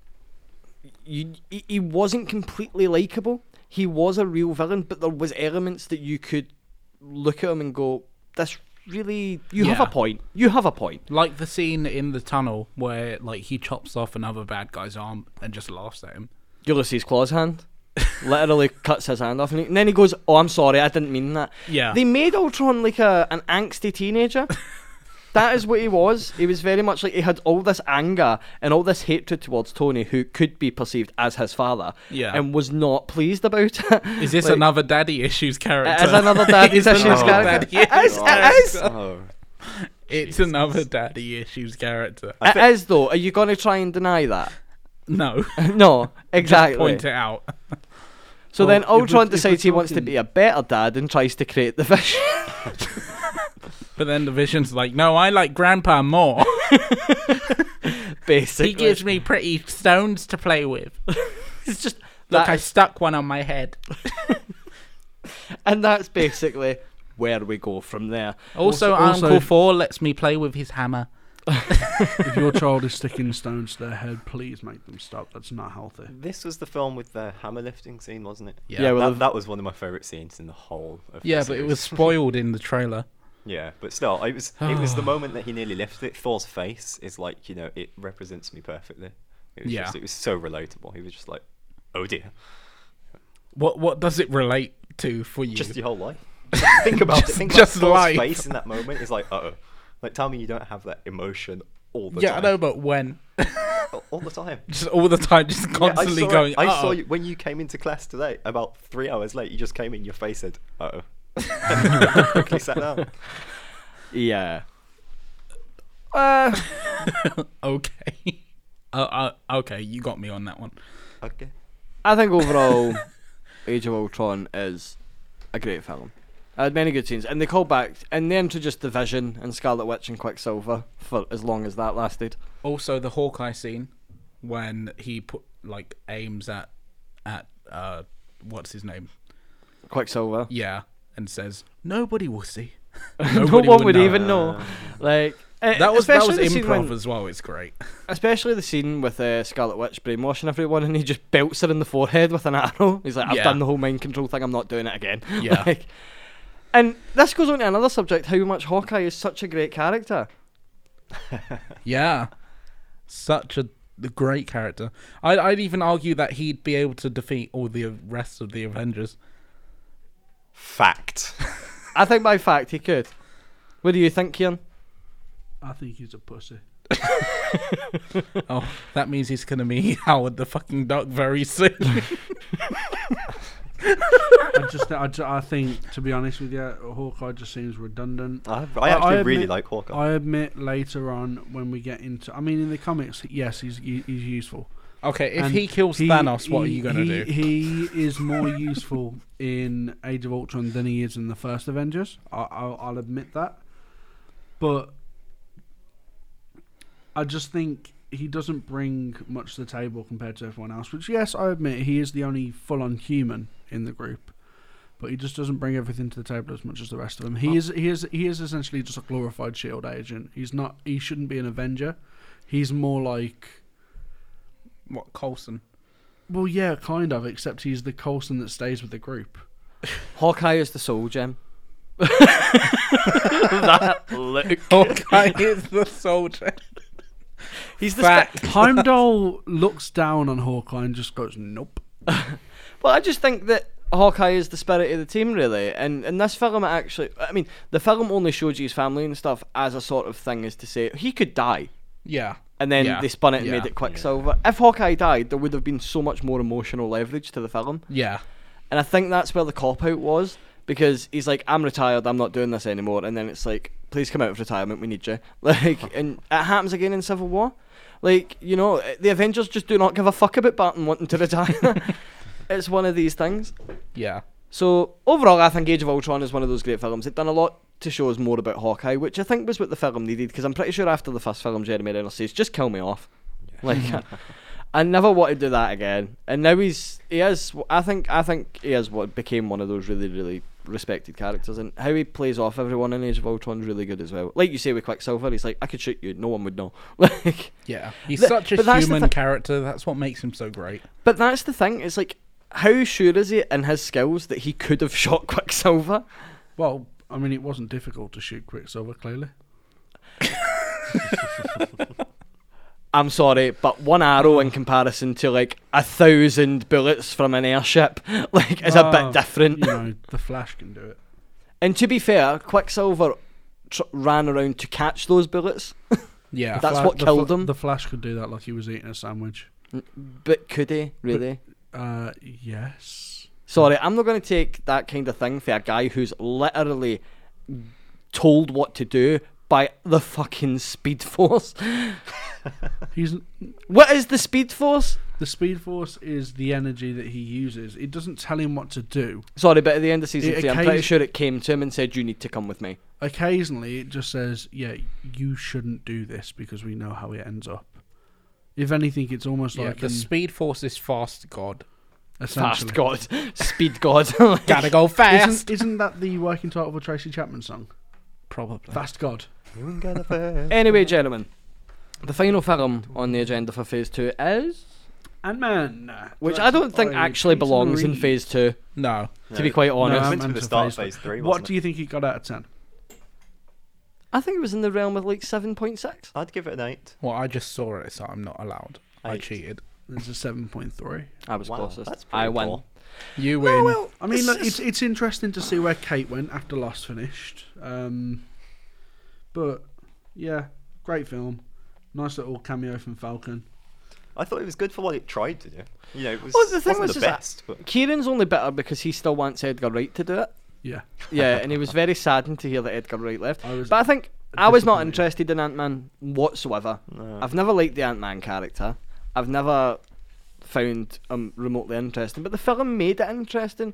Speaker 1: you, he he wasn't completely likable. He was a real villain, but there was elements that you could look at him and go, "This really, you have
Speaker 2: Yeah.
Speaker 1: a point. You have a point."
Speaker 2: Like the scene in the tunnel where like he chops off another bad guy's arm and just laughs at him.
Speaker 1: Ulysses Claw's hand. Literally cuts his hand off, and, he- and then he goes, "Oh, I'm sorry, I didn't mean that."
Speaker 2: Yeah.
Speaker 1: They made Ultron like a an angsty teenager. that is what he was. He was very much like he had all this anger and all this hatred towards Tony, who could be perceived as his father.
Speaker 2: Yeah.
Speaker 1: And was not pleased about it.
Speaker 2: Is this
Speaker 1: Like,
Speaker 2: another daddy issues character?
Speaker 1: It is another daddy's
Speaker 2: It's
Speaker 1: issues
Speaker 2: another
Speaker 1: character.
Speaker 2: daddy
Speaker 1: It is.
Speaker 2: issues
Speaker 1: It is.
Speaker 4: Oh,
Speaker 2: It's
Speaker 4: Jesus.
Speaker 2: another daddy issues character.
Speaker 4: I
Speaker 1: It
Speaker 4: think-
Speaker 1: is though. Are you going to try and deny that?
Speaker 2: No,
Speaker 1: no, exactly.
Speaker 2: point eh? it out.
Speaker 1: So
Speaker 3: Well,
Speaker 1: then
Speaker 3: if we're-
Speaker 1: Ultron
Speaker 3: if we're
Speaker 1: decides he wants to
Speaker 3: talking-
Speaker 1: be a better dad and tries to create the vision.
Speaker 2: But then the Vision's like, no, I like Grandpa more.
Speaker 1: Basically,
Speaker 2: he gives me pretty stones to play with.
Speaker 1: it's just
Speaker 2: Look,
Speaker 1: that
Speaker 2: I stuck one on my head.
Speaker 1: And that's basically where we go from there.
Speaker 2: Also,
Speaker 3: Also- also-
Speaker 2: Uncle Four lets me play with his hammer.
Speaker 3: if your child is sticking stones to their head, please make them stop. That's not healthy.
Speaker 4: This was the film with the hammer lifting scene, wasn't it?
Speaker 1: Yeah, well,
Speaker 4: that, that was one of my favourite scenes in the whole of the
Speaker 2: yeah, but it
Speaker 4: series.
Speaker 2: was spoiled in the trailer.
Speaker 4: Yeah, but still, it was it was the moment that he nearly lifted it. Thor's face is like you know it represents me perfectly. It was
Speaker 2: Yeah.
Speaker 4: just, it was so relatable. He was just like, oh dear,
Speaker 2: What What does it relate to for you?
Speaker 4: just your whole life. think about it.
Speaker 2: Just-
Speaker 4: Think
Speaker 2: just
Speaker 4: about
Speaker 2: life.
Speaker 4: Thor's face in that moment is like, uh oh, like tell me you don't have that emotion all the
Speaker 2: yeah, I
Speaker 4: time.
Speaker 2: know, but when?
Speaker 4: all the time.
Speaker 2: Just all the time, just
Speaker 4: Yeah, I
Speaker 2: constantly
Speaker 4: saw it-
Speaker 2: going.
Speaker 4: I saw
Speaker 2: "Uh-oh."
Speaker 4: you when you came into class today. About three hours late, you just came in. Your face said, "Uh oh." quickly sat down.
Speaker 1: Yeah. Uh,
Speaker 2: Okay. Uh, uh, okay, you got me on that one.
Speaker 4: Okay.
Speaker 1: I think overall, Age of Ultron is a great film. I had many good scenes, and they called back, and they introduced the Vision and Scarlet Witch and Quicksilver for as long as that lasted.
Speaker 2: Also, the Hawkeye scene when he put like aims at at uh, what's his name?
Speaker 1: Quicksilver.
Speaker 2: Yeah, and says nobody will see.
Speaker 1: no
Speaker 2: Nobody
Speaker 1: one
Speaker 2: will
Speaker 1: would
Speaker 2: know.
Speaker 1: even know. Like eh,
Speaker 2: That was that was
Speaker 1: especially the scene when-
Speaker 2: improv as well. It's great.
Speaker 1: Especially the scene with uh, Scarlet Witch brainwashing everyone, and he just belts her in the forehead with an arrow. He's like, "I've
Speaker 2: Yeah.
Speaker 1: done the whole mind control thing. I'm not doing it again."
Speaker 2: Yeah.
Speaker 1: Like- and this goes on to another subject: how much Hawkeye is such a great character.
Speaker 2: Yeah, such a the great character. I'd, I'd even argue that he'd be able to defeat all the rest of the Avengers.
Speaker 4: Fact.
Speaker 1: I think by fact he could. What do you think, Kieran?
Speaker 3: I think he's a pussy.
Speaker 2: oh, that means he's gonna be Howard the fucking Duck very soon.
Speaker 3: I just, I, ju- I think, to be honest with you, Hawkeye just seems redundant.
Speaker 4: I, I
Speaker 3: I
Speaker 4: actually
Speaker 3: admit-
Speaker 4: really like Hawkeye.
Speaker 3: I admit later on when we get into, I mean, in the comics, yes, he's he- he's useful.
Speaker 2: okay, if
Speaker 3: And
Speaker 2: he kills
Speaker 3: he-
Speaker 2: Thanos, what are
Speaker 3: he-
Speaker 2: you gonna
Speaker 3: he-
Speaker 2: do?
Speaker 3: He is more useful in Age of Ultron than he is in the first Avengers. I, I'll, I'll admit that, but I just think he doesn't bring much to the table compared to everyone else. Which, yes, I admit he is the only full-on human in the group, but he just doesn't bring everything to the table as much as the rest of them. He
Speaker 2: Oh.
Speaker 3: is he is he is essentially just a glorified Shield E agent. He's not. He shouldn't be an Avenger. He's more like.
Speaker 2: what Colson?
Speaker 3: Well, yeah, kind of. Except he's the Colson that stays with the group.
Speaker 1: Hawkeye is the soul gem.
Speaker 2: Hawkeye is the soldier.
Speaker 1: He's the spe-
Speaker 2: Fact.
Speaker 3: Heimdall looks down on Hawkeye and just goes, "Nope."
Speaker 1: Well, I just think that Hawkeye is the spirit of the team, really. And and this film actually, I mean, the film only showed you his family and stuff as a sort of thing, is to say he could die.
Speaker 2: Yeah.
Speaker 1: and then
Speaker 2: Yeah.
Speaker 1: they spun it and
Speaker 2: Yeah.
Speaker 1: made it Quicksilver. If Hawkeye died, there would have been so much more emotional leverage to the film,
Speaker 2: Yeah.
Speaker 1: and I think that's where the cop out was because he's like, "I'm retired, I'm not doing this anymore," and then it's like, "Please come out of retirement, we need you." Like, and it happens again in Civil War. Like, you know, the Avengers just do not give a fuck about Barton wanting to retire. it's one of these things.
Speaker 2: Yeah.
Speaker 1: So overall, I think Age of Ultron is one of those great films. It done a lot to show us more about Hawkeye, which I think was what the film needed. Because I'm pretty sure after the first film, Jeremy Renner says, "Just kill me off." Like, I, I never want to do that again. And now he's he is. I think I think he is what became one of those really really respected characters, and how he plays off everyone in Age of Ultron is really good as well. Like you say with Quicksilver, he's like, "I could shoot you, no one would know." Like.
Speaker 2: Yeah. He's
Speaker 1: Th-
Speaker 2: such a
Speaker 1: but that's the
Speaker 2: human
Speaker 1: thi-
Speaker 2: character. That's what makes him so great.
Speaker 1: But that's the thing. It's like, how sure is he in his skills that he could have shot Quicksilver?
Speaker 3: Well, I mean, it wasn't difficult to shoot Quicksilver, clearly.
Speaker 1: I'm sorry, but one arrow in comparison to like a thousand bullets from an airship, like, is a
Speaker 3: Oh,
Speaker 1: bit different.
Speaker 3: You know, the Flash can do it.
Speaker 1: And to be fair, Quicksilver tr- ran around to catch those bullets,
Speaker 2: Yeah.
Speaker 1: That's
Speaker 3: Fla-
Speaker 1: what
Speaker 3: the
Speaker 1: killed
Speaker 3: Fla-
Speaker 1: him.
Speaker 3: The Flash could do that like he was eating a sandwich.
Speaker 1: but could he really?
Speaker 3: Uh, yes.
Speaker 1: Sorry, I'm not going to take that kind of thing for a guy who's literally told what to do by the fucking Speed Force.
Speaker 3: He's
Speaker 1: What is the Speed Force?
Speaker 3: the Speed Force is the energy that he uses. It doesn't tell him what to do.
Speaker 1: Sorry, but at the end of season
Speaker 3: It
Speaker 1: three, I'm pretty
Speaker 3: occas-
Speaker 1: sure it came to him and said, "You need to come with me."
Speaker 3: Occasionally, it just says, "Yeah, you shouldn't do this because we know how it ends up." If anything, it's almost
Speaker 2: Yeah,
Speaker 3: like
Speaker 2: the
Speaker 3: an-
Speaker 2: Speed Force is fast, God.
Speaker 3: essentially-
Speaker 1: Fast God, Speed God.
Speaker 2: Gotta go fast.
Speaker 3: Isn't, isn't that the working title of a Tracy Chapman song?
Speaker 2: Probably.
Speaker 3: Fast God.
Speaker 4: You ain't got a fair-
Speaker 1: Anyway, gentlemen, the final film on the agenda for Phase Two is,
Speaker 3: And Man,
Speaker 1: which I don't think actually belongs in Phase Two.
Speaker 2: No.
Speaker 1: To be quite honest,
Speaker 4: it
Speaker 3: No,
Speaker 4: went to
Speaker 3: I'm
Speaker 4: the
Speaker 3: to
Speaker 4: start
Speaker 3: phase
Speaker 4: phase three.
Speaker 3: What
Speaker 4: Wasn't
Speaker 3: do you think he got out of ten?
Speaker 1: I think it was in the realm of like seven point six.
Speaker 4: I'd give it an eight.
Speaker 2: Well, I just saw it, so I'm not allowed. I
Speaker 4: Eight.
Speaker 2: cheated.
Speaker 3: There's a seven point three.
Speaker 1: I was
Speaker 4: wow,
Speaker 1: closest.
Speaker 4: that's pretty
Speaker 1: I won.
Speaker 4: poor.
Speaker 2: You win.
Speaker 3: I mean,
Speaker 1: It's
Speaker 3: look, it's
Speaker 1: just-
Speaker 3: it's interesting to see where Kate went after Lost finished. Um, but yeah, great film. Nice little cameo from Falcon.
Speaker 4: I thought it was good for what it tried to do. You know, it was,
Speaker 1: Well, the thing
Speaker 4: wasn't
Speaker 1: was
Speaker 4: the
Speaker 1: just that-
Speaker 4: best. But
Speaker 1: Kieran's only bitter because he still wants Edgar Wright to do it.
Speaker 3: Yeah,
Speaker 1: Yeah, and he was very saddened to hear that Edgar Wright left.
Speaker 3: I was
Speaker 1: But I think I was not
Speaker 3: disappointed.
Speaker 1: interested in Ant Man whatsoever.
Speaker 4: No.
Speaker 1: I've never liked the Ant Man character. I've never found him remotely interesting. But the film made it interesting.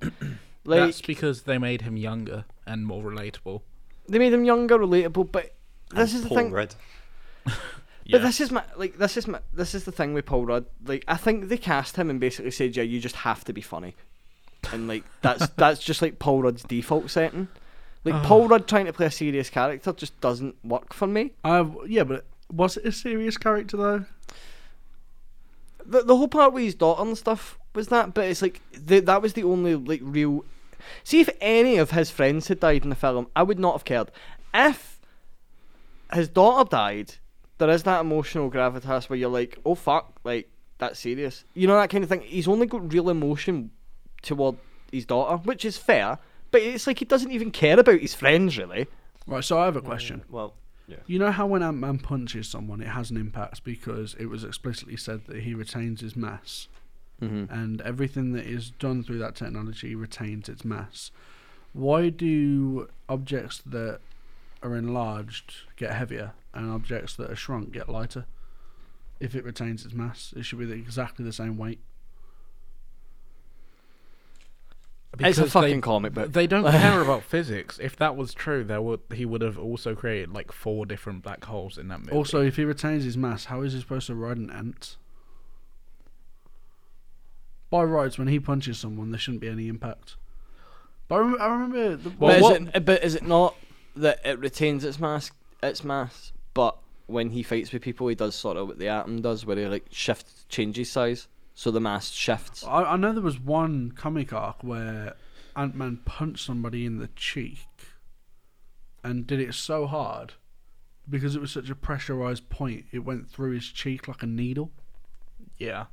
Speaker 1: like
Speaker 2: That's because they made him younger and more relatable.
Speaker 1: they made him younger, relatable. But this is the
Speaker 4: Paul
Speaker 1: thing.
Speaker 4: Rudd.
Speaker 1: But this is my like this is my this is the thing with Paul Rudd. Like I think they cast him and basically said, yeah, you just have to be funny, and like that's that's just like Paul Rudd's default setting.
Speaker 4: Uh.
Speaker 1: Like Paul Rudd trying to play a serious character just doesn't work for me.
Speaker 3: I yeah, but was it a serious character though?
Speaker 1: the, the whole part with his daughter and stuff was that, but it's like the, that was the only like real. See, if any of his friends had died in the film, I would not have cared. If his daughter died, there is that emotional gravitas where you're like, oh fuck, like that's serious. You know that kind of thing. He's only got real emotion toward his daughter, which is fair. But it's like he doesn't even care about his friends really.
Speaker 3: Right. So I have a question.
Speaker 4: Well, yeah.
Speaker 3: You know how when Ant Man punches someone, it has an impact because it was explicitly said that he retains his mass, and everything that is done through that technology retains its mass. Why do objects that are enlarged get heavier and objects that are shrunk get lighter? If it retains its mass, it should be the- exactly the same weight.
Speaker 1: It's a
Speaker 2: Because
Speaker 1: fucking
Speaker 2: they,
Speaker 1: comic book.
Speaker 2: They don't care about physics. If that was true, there would he would have also created like four different black holes in that movie.
Speaker 3: Also, if he retains his mass, how is he supposed to ride an ant? By rights, when he punches someone, there shouldn't be any impact. But I, rem- I remember. The,
Speaker 2: Well,
Speaker 1: but,
Speaker 2: what-
Speaker 1: is it, uh, but is it not that it retains its mass, its mass, but when he fights with people, he does sort of what the atom does, where he like shifts, changes size, so the mass shifts.
Speaker 3: I, I know there was one comic arc where Ant Man punched somebody in the cheek and did it so hard because it was such a pressurized point, it went through his cheek like a needle.
Speaker 2: yeah.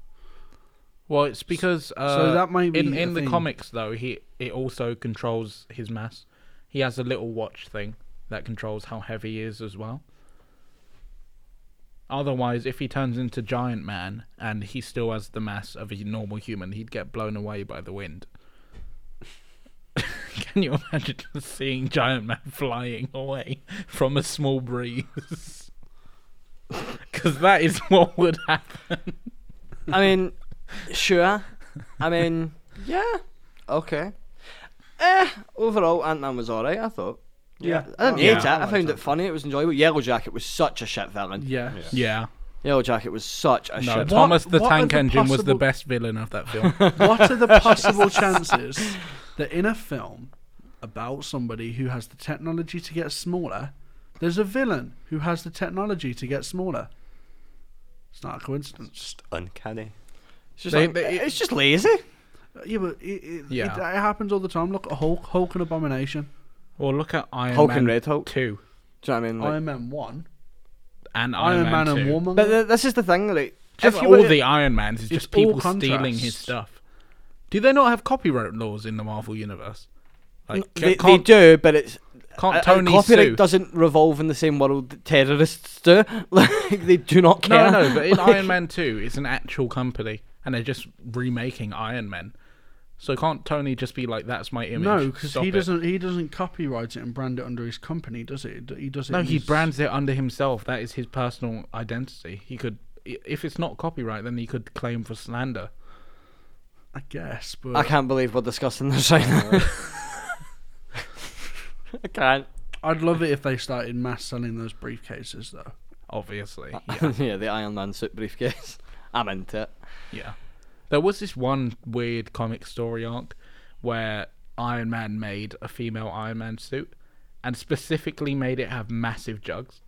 Speaker 2: Well, it's because uh,
Speaker 3: that may be
Speaker 2: in
Speaker 3: a
Speaker 2: in the
Speaker 3: thing.
Speaker 2: comics though he it also controls his mass. He has a little watch thing that controls how heavy he is as well. Otherwise, if he turns into Giant Man and he still has the mass of a normal human, he'd get blown away by the wind. Can you imagine just seeing Giant Man flying away from a small breeze? Because that is what would happen.
Speaker 1: I mean, sure. I mean, yeah. Okay. Eh, overall, Ant Man was alright, I thought.
Speaker 3: Yeah.
Speaker 1: I didn't
Speaker 2: Yeah,
Speaker 1: hate it.
Speaker 3: I
Speaker 1: I,
Speaker 3: liked
Speaker 1: found
Speaker 3: that.
Speaker 1: it funny. It was enjoyable. Yellow Jacket was such a shit villain.
Speaker 3: Yeah.
Speaker 2: Yeah.
Speaker 1: Yellow Jacket was such a
Speaker 2: No,
Speaker 1: shit.
Speaker 3: Tom-
Speaker 2: Thomas the
Speaker 3: what are
Speaker 2: Tank
Speaker 3: the
Speaker 2: Engine was the
Speaker 3: possible-
Speaker 2: best villain of that film.
Speaker 3: What are the possible chances that in a film about somebody who has the technology to get smaller, there's a villain who has the technology to get smaller? It's not a coincidence.
Speaker 4: Just uncanny.
Speaker 1: It's just,
Speaker 2: They-
Speaker 1: like-
Speaker 2: they-
Speaker 1: it's just lazy.
Speaker 3: Yeah, but it, it,
Speaker 2: Yeah.
Speaker 3: it, it happens all the time. Look at Hulk, Hulk and Abomination,
Speaker 2: Well, look at Iron
Speaker 1: Hulk
Speaker 2: Man
Speaker 1: and Red Hulk.
Speaker 2: two
Speaker 1: Do you know what I mean? Like,
Speaker 3: Iron Man One,
Speaker 2: and
Speaker 3: Iron, Man, and
Speaker 2: 2.
Speaker 3: Woman.
Speaker 1: but th- this is the thing, like,
Speaker 2: Just
Speaker 1: if you
Speaker 2: all
Speaker 1: were-
Speaker 2: the Iron Mans is just
Speaker 3: all
Speaker 2: people stealing his
Speaker 3: contrast.
Speaker 2: stuff. Do they not have copyright laws in the Marvel universe? Like,
Speaker 1: they, they
Speaker 2: can't,
Speaker 1: do, but it's
Speaker 2: can't
Speaker 1: uh, uh,
Speaker 2: Tony
Speaker 1: copyright
Speaker 2: sue?
Speaker 1: doesn't revolve in the same world that terrorists do. Like they do not
Speaker 2: no,
Speaker 1: care.
Speaker 2: no, but in
Speaker 1: Like,
Speaker 2: Iron Man two, it's an actual company, and they're just remaking Iron Man. So can't Tony just be like, "That's my image"?
Speaker 3: no, because
Speaker 2: stop
Speaker 3: he
Speaker 2: it."
Speaker 3: doesn't. He doesn't copyright it and brand it under his company, does he? He does it.
Speaker 2: No,
Speaker 3: in
Speaker 2: he
Speaker 3: his-
Speaker 2: brands it under himself. That is his personal identity. He could, i- if it's not copyright, then he could claim for slander.
Speaker 3: I guess, but
Speaker 1: I can't believe we're discussing this right now. I can't.
Speaker 3: I'd love it if they started mass selling those briefcases, though.
Speaker 2: Obviously,
Speaker 3: Uh,
Speaker 1: Yeah. the Iron Man suit briefcase. I'm into it.
Speaker 2: Yeah. There was this one weird comic story arc where Iron Man made a female Iron Man suit and specifically made it have massive jugs.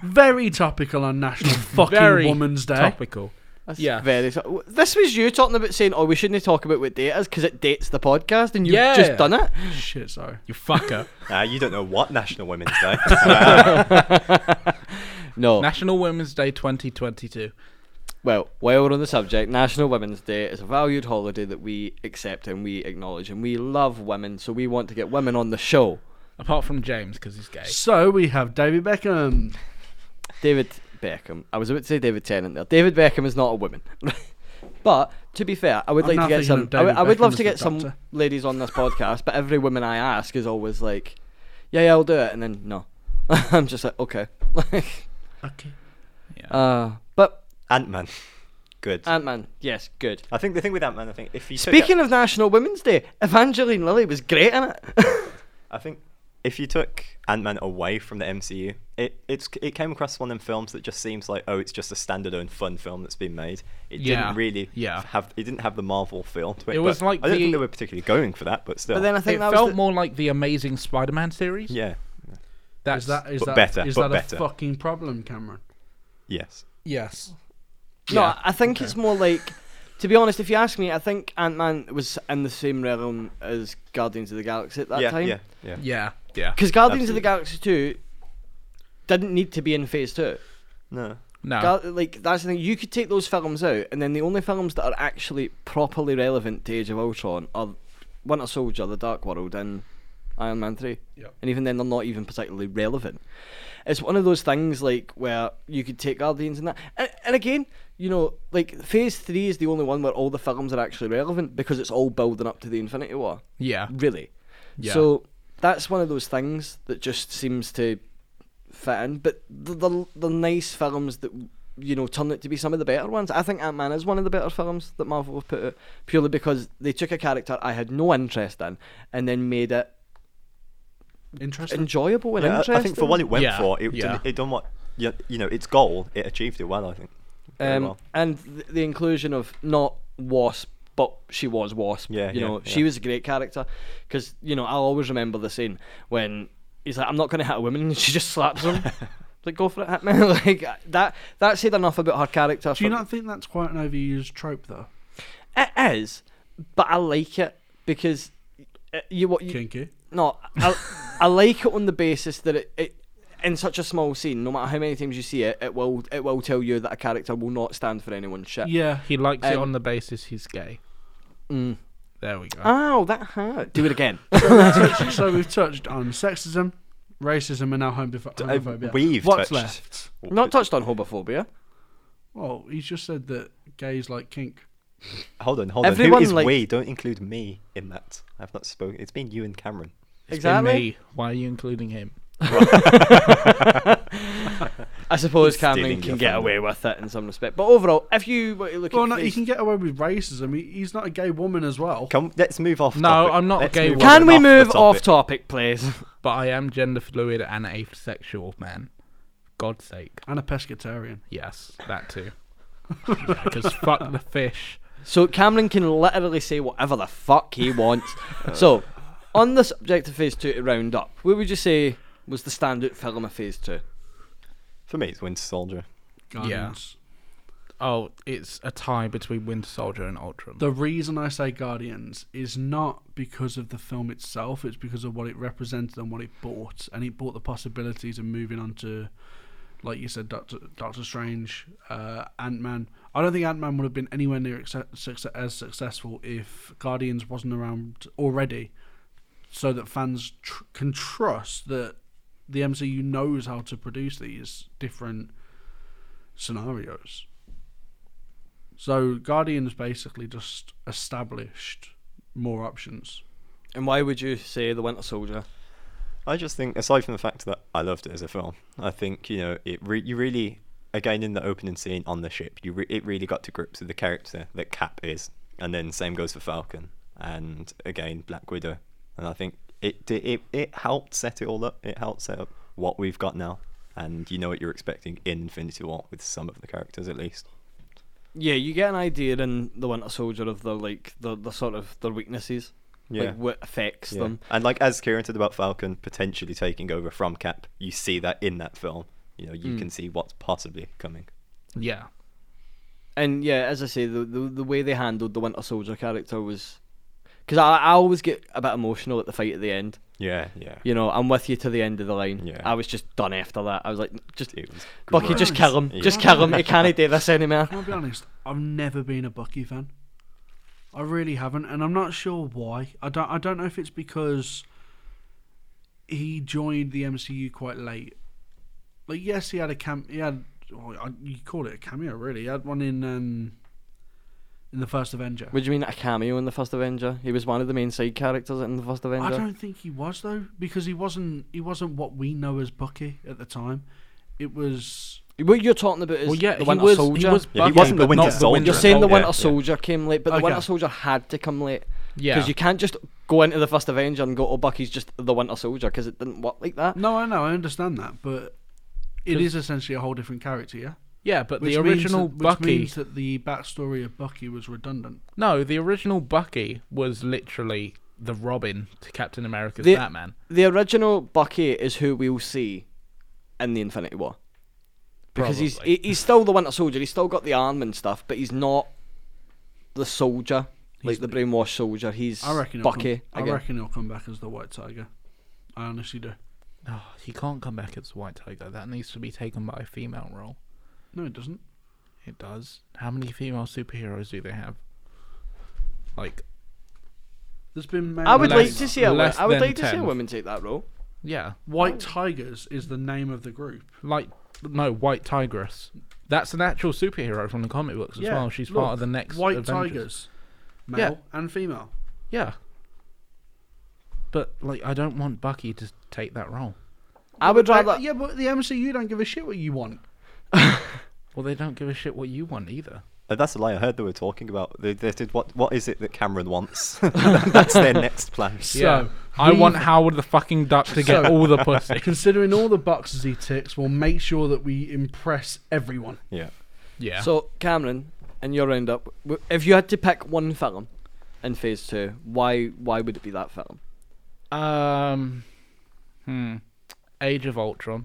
Speaker 3: Very topical on National Fucking
Speaker 2: Very
Speaker 3: Woman's Day.
Speaker 2: Topical.
Speaker 1: That's
Speaker 2: Yeah.
Speaker 1: Very. so- This was you talking about saying, "Oh, we shouldn't talk about what day it is because it dates the podcast," and you've
Speaker 2: Yeah.
Speaker 1: just done it.
Speaker 3: Shit, sorry.
Speaker 2: You fucker.
Speaker 4: Ah, you don't know what National Women's Day.
Speaker 1: No.
Speaker 2: National Women's Day 2022.
Speaker 1: Well, while we're on the subject, National Women's Day is a valued holiday that we accept and we acknowledge, and we love women, so we want to get women on the show.
Speaker 2: Apart from James, because he's gay.
Speaker 3: So we have David Beckham.
Speaker 1: David Beckham. I was about to say David Tennant there. David Beckham is not a woman. but to be fair, I would
Speaker 3: I'm
Speaker 1: like
Speaker 3: now
Speaker 1: to get
Speaker 3: thinking
Speaker 1: some.
Speaker 3: of
Speaker 1: I would- I would
Speaker 3: David Beckham
Speaker 1: love to
Speaker 3: as
Speaker 1: get
Speaker 3: the
Speaker 1: some
Speaker 3: Doctor.
Speaker 1: ladies on this podcast, but every woman I ask is always like, "Yeah, yeah, I'll do it," and then no. I'm just like, okay.
Speaker 3: Okay.
Speaker 1: uh, but
Speaker 4: Ant Man. Good.
Speaker 1: Ant Man, yes, good.
Speaker 4: I think the thing with Ant Man, I think if you took
Speaker 1: Uh, Speaking of National Women's Day, Evangeline Lilly was great in it.
Speaker 4: I think if you took Ant Man away from the MCU, it it's it came across as one of them films that just seems like oh, it's just a standalone fun film that's been made. It
Speaker 2: Yeah,
Speaker 4: didn't really
Speaker 2: yeah.
Speaker 4: have it didn't have the Marvel feel to it.
Speaker 2: It was
Speaker 4: but
Speaker 2: like
Speaker 4: I don't
Speaker 2: the-
Speaker 4: think they were particularly going for that, but still.
Speaker 1: but then I
Speaker 2: It
Speaker 1: think that
Speaker 2: felt
Speaker 1: was the-
Speaker 2: more like the Amazing Spider Man series.
Speaker 4: yeah,
Speaker 2: That's,
Speaker 3: Is that is
Speaker 4: But
Speaker 3: that
Speaker 4: better,
Speaker 3: is
Speaker 4: but
Speaker 3: that
Speaker 4: better.
Speaker 3: a fucking problem, Cameron?
Speaker 4: yes.
Speaker 2: Yes.
Speaker 1: No,
Speaker 2: Yeah,
Speaker 1: I think it's more like. To be honest, if you ask me, I think Ant Man was in the same realm as Guardians of the Galaxy at that
Speaker 4: yeah,
Speaker 1: time.
Speaker 4: yeah, yeah,
Speaker 2: Yeah. Yeah.
Speaker 1: Because Guardians of the
Speaker 4: Absolutely.
Speaker 1: Galaxy Two didn't need to be in Phase Two.
Speaker 4: No,
Speaker 2: No.
Speaker 1: Gal- like that's the thing. You could take those films out, and then the only films that are actually properly relevant to Age of Ultron are Winter Soldier, The Dark World, and Iron Man Three.
Speaker 3: Yep.
Speaker 1: And even then, they're not even particularly relevant. It's one of those things like where you could take Guardians and that, and, and again, you know, like Phase Three is the only one where all the films are actually relevant because it's all building up to the Infinity War
Speaker 2: yeah.
Speaker 1: really.
Speaker 2: Yeah.
Speaker 1: So that's one of those things that just seems to fit in. But the the, the nice films that you know turn it to be some of the better ones. I think Ant Man is one of the better films that Marvel have put out purely because they took a character I had no interest in and then made it
Speaker 3: Interesting.
Speaker 1: enjoyable and
Speaker 4: Yeah, I-
Speaker 1: interesting.
Speaker 4: I think for what it went
Speaker 2: Yeah,
Speaker 4: for, it
Speaker 2: yeah.
Speaker 4: done, it done what yeah, you know its goal. It achieved it well, I think. Very
Speaker 1: um,
Speaker 4: well.
Speaker 1: and th- the inclusion of not Wasp, but she was Wasp.
Speaker 4: Yeah,
Speaker 1: you
Speaker 4: yeah,
Speaker 1: know, she
Speaker 4: yeah.
Speaker 1: was a great character because you know I'll always remember the scene when he's like, "I'm not going to hit a woman," and she just slaps him. like, go for it, hit me. like uh, that. That said enough about her character.
Speaker 3: Do you
Speaker 1: for-
Speaker 3: not think that's quite an overused trope, though?
Speaker 1: It is, but I like it because uh, you what you
Speaker 3: Kinky.
Speaker 1: no, I, I like it on the basis that it, it in such a small scene, no matter how many times you see it, it will it will tell you that a character will not stand for anyone's shit.
Speaker 3: Yeah.
Speaker 2: He likes it
Speaker 1: Um,
Speaker 2: on the basis he's gay.
Speaker 1: Mm.
Speaker 2: There we go.
Speaker 1: Oh, that hurt. Do it again.
Speaker 3: so we've touched on sexism, racism and now homopho-
Speaker 4: Uh,
Speaker 3: homophobia.
Speaker 4: we've
Speaker 3: What's
Speaker 4: touched,
Speaker 3: left?
Speaker 1: Not touched on homophobia.
Speaker 3: Well, he's just said that gays like kink.
Speaker 4: Hold on, hold on.
Speaker 1: Everyone
Speaker 4: Who is
Speaker 1: likes-
Speaker 4: we? Don't include me in that. I've not spoken. It's been you and Cameron.
Speaker 2: It's been
Speaker 1: exactly.
Speaker 2: me. Why are you including him?
Speaker 1: I suppose
Speaker 4: He's
Speaker 1: Cameron
Speaker 4: stealing
Speaker 1: can
Speaker 4: your
Speaker 1: get
Speaker 4: thunder.
Speaker 1: away with it in some respect. But overall, if you were to look
Speaker 3: Well,
Speaker 1: at
Speaker 3: no, he
Speaker 1: these-
Speaker 3: can get away with racism. He, he's not a gay woman as well.
Speaker 4: Come, let's move off.
Speaker 2: No,
Speaker 4: topic.
Speaker 2: I'm not
Speaker 4: Let's
Speaker 2: gay
Speaker 4: move
Speaker 2: woman.
Speaker 4: on
Speaker 1: can we
Speaker 4: and
Speaker 1: move
Speaker 4: the
Speaker 1: off
Speaker 4: topic.
Speaker 1: topic, please?
Speaker 2: But I am gender fluid and asexual, man. God's sake.
Speaker 3: And a pescatarian.
Speaker 2: Yes, that too. Because fuck the fish.
Speaker 1: So Cameron can literally say whatever the fuck he wants. so, on the subject of Phase Two, to round up, what would you say was the standout film of Phase Two?
Speaker 4: For me, it's Winter Soldier.
Speaker 3: Guardians.
Speaker 2: Oh, it's a tie between Winter Soldier and Ultron.
Speaker 3: The reason I say Guardians is not because of the film itself, it's because of what it represented and what it bought. And it bought the possibilities of moving on to, like you said, Doctor, Doctor Strange, uh, Ant Man. I don't think Ant Man would have been anywhere near exce- succe- as successful if Guardians wasn't around already, so that fans tr- can trust that the MCU knows how to produce these different scenarios. So Guardians basically just established more options.
Speaker 1: And why would you say The Winter Soldier?
Speaker 4: I just think, aside from the fact that I loved it as a film, I think you know it. Re- you really, again, in the opening scene on the ship, you re- it really got to grips with the character that Cap is, and then same goes for Falcon, and again Black Widow, and I think it di- it it helped set it all up. It helped set up what we've got now, and you know what you're expecting in Infinity War with some of the characters at least.
Speaker 1: Yeah, you get an idea in The Winter Soldier of their like the the sort of their weaknesses,
Speaker 4: Yeah.
Speaker 1: like what affects
Speaker 4: Yeah.
Speaker 1: them.
Speaker 4: And like as Kieran said about Falcon potentially taking over from Cap, you see that in that film. You know, you
Speaker 2: Hmm.
Speaker 1: Mm.
Speaker 4: can see what's possibly coming.
Speaker 2: yeah.
Speaker 1: And yeah, as I say, the the, the way they handled the Winter Soldier character was. Because I, I always get a bit emotional at the fight at the end.
Speaker 4: Yeah, yeah.
Speaker 1: You know, I'm with you to the end of the line.
Speaker 4: Yeah.
Speaker 1: I was just done after that. I was like, just
Speaker 4: It was
Speaker 1: Bucky,
Speaker 4: great.
Speaker 1: just kill him.
Speaker 4: Yeah.
Speaker 1: Just kill him. He can't do this anymore.
Speaker 3: Can I be honest? I've never been a Bucky fan. I really haven't, and I'm not sure why. I don't. I don't know if it's because he joined the MCU quite late. Like, yes, he had a cam. He had. Well, I, you call it a cameo, really? He had one in um, in the first Avenger.
Speaker 1: Would you mean a cameo in the first Avenger? He was one of the main side characters in the first
Speaker 3: I
Speaker 1: Avenger.
Speaker 3: don't think he was though, because he wasn't. He wasn't what we know as Bucky at the time. It was
Speaker 1: What you're talking about is
Speaker 2: Well, yeah,
Speaker 1: the
Speaker 2: he
Speaker 1: Winter
Speaker 2: was,
Speaker 1: Soldier.
Speaker 2: he was Oh,
Speaker 4: Yeah, he
Speaker 2: Bucky,
Speaker 4: wasn't the
Speaker 2: but
Speaker 4: Winter
Speaker 2: not
Speaker 4: Soldier.
Speaker 1: you're saying the
Speaker 4: Yeah,
Speaker 1: Winter
Speaker 4: yeah.
Speaker 1: Soldier came late, but
Speaker 3: Okay.
Speaker 1: the Winter Soldier had to come late
Speaker 2: Oh, Yeah.
Speaker 1: because you can't just go into the first Avenger and go, "Oh, Bucky's just the Winter Soldier," because it didn't work like that.
Speaker 3: No, I know, I understand that, but it is essentially a whole different character, yeah.
Speaker 2: yeah, but
Speaker 3: Which
Speaker 2: the
Speaker 3: means
Speaker 2: original
Speaker 3: that-
Speaker 2: Bucky.
Speaker 3: which means that the backstory of Bucky was redundant.
Speaker 2: No, the original Bucky was literally the Robin to Captain America's
Speaker 1: The-
Speaker 2: Batman.
Speaker 1: The original Bucky is who we'll see in the Infinity War because he's
Speaker 2: Probably.
Speaker 1: he, he's still the Winter Soldier. He's still got the arm and stuff, but he's not the soldier like the brainwashed soldier. He's
Speaker 3: I reckon. he'll
Speaker 1: Bucky.
Speaker 3: Come, I
Speaker 1: again.
Speaker 3: reckon he'll come back as the White Tiger. I honestly do.
Speaker 2: Oh, he can't come back as White Tiger. That needs to be taken by a female role.
Speaker 3: No, it doesn't.
Speaker 2: It does. How many female superheroes do they have? Like,
Speaker 3: There's been. male
Speaker 1: I would
Speaker 2: Less-
Speaker 1: like to see a wo-
Speaker 2: less
Speaker 1: I would
Speaker 2: than
Speaker 1: like to see a
Speaker 2: 10.
Speaker 1: woman take that role.
Speaker 2: yeah,
Speaker 3: White Tigers is the name of the group.
Speaker 2: like no White Tigress. That's an actual superhero from the comic books as
Speaker 3: Yeah,
Speaker 2: well. She's
Speaker 3: look,
Speaker 2: part of the next
Speaker 3: White
Speaker 2: Avengers.
Speaker 3: Tigers, male
Speaker 2: Yeah.
Speaker 3: and female.
Speaker 2: Yeah. But like, I don't want Bucky to take that role.
Speaker 1: I would rather.
Speaker 3: yeah, but the MCU don't give a shit what you want.
Speaker 2: Well, they don't give a shit what you want either.
Speaker 4: Uh, That's a lie. I heard they were talking about. They, they did what? What is it that Cameron wants? That's their next plan.
Speaker 2: yeah. I want Howard the fucking Duck to get
Speaker 3: So-
Speaker 2: all the pussy.
Speaker 3: Considering all the boxes he ticks, we'll make sure that we impress everyone.
Speaker 4: Yeah.
Speaker 2: Yeah.
Speaker 1: So Cameron, in your roundup, w- if you had to pick one film in Phase Two, why why would it be that film?
Speaker 2: um, hmm. Age of Ultron,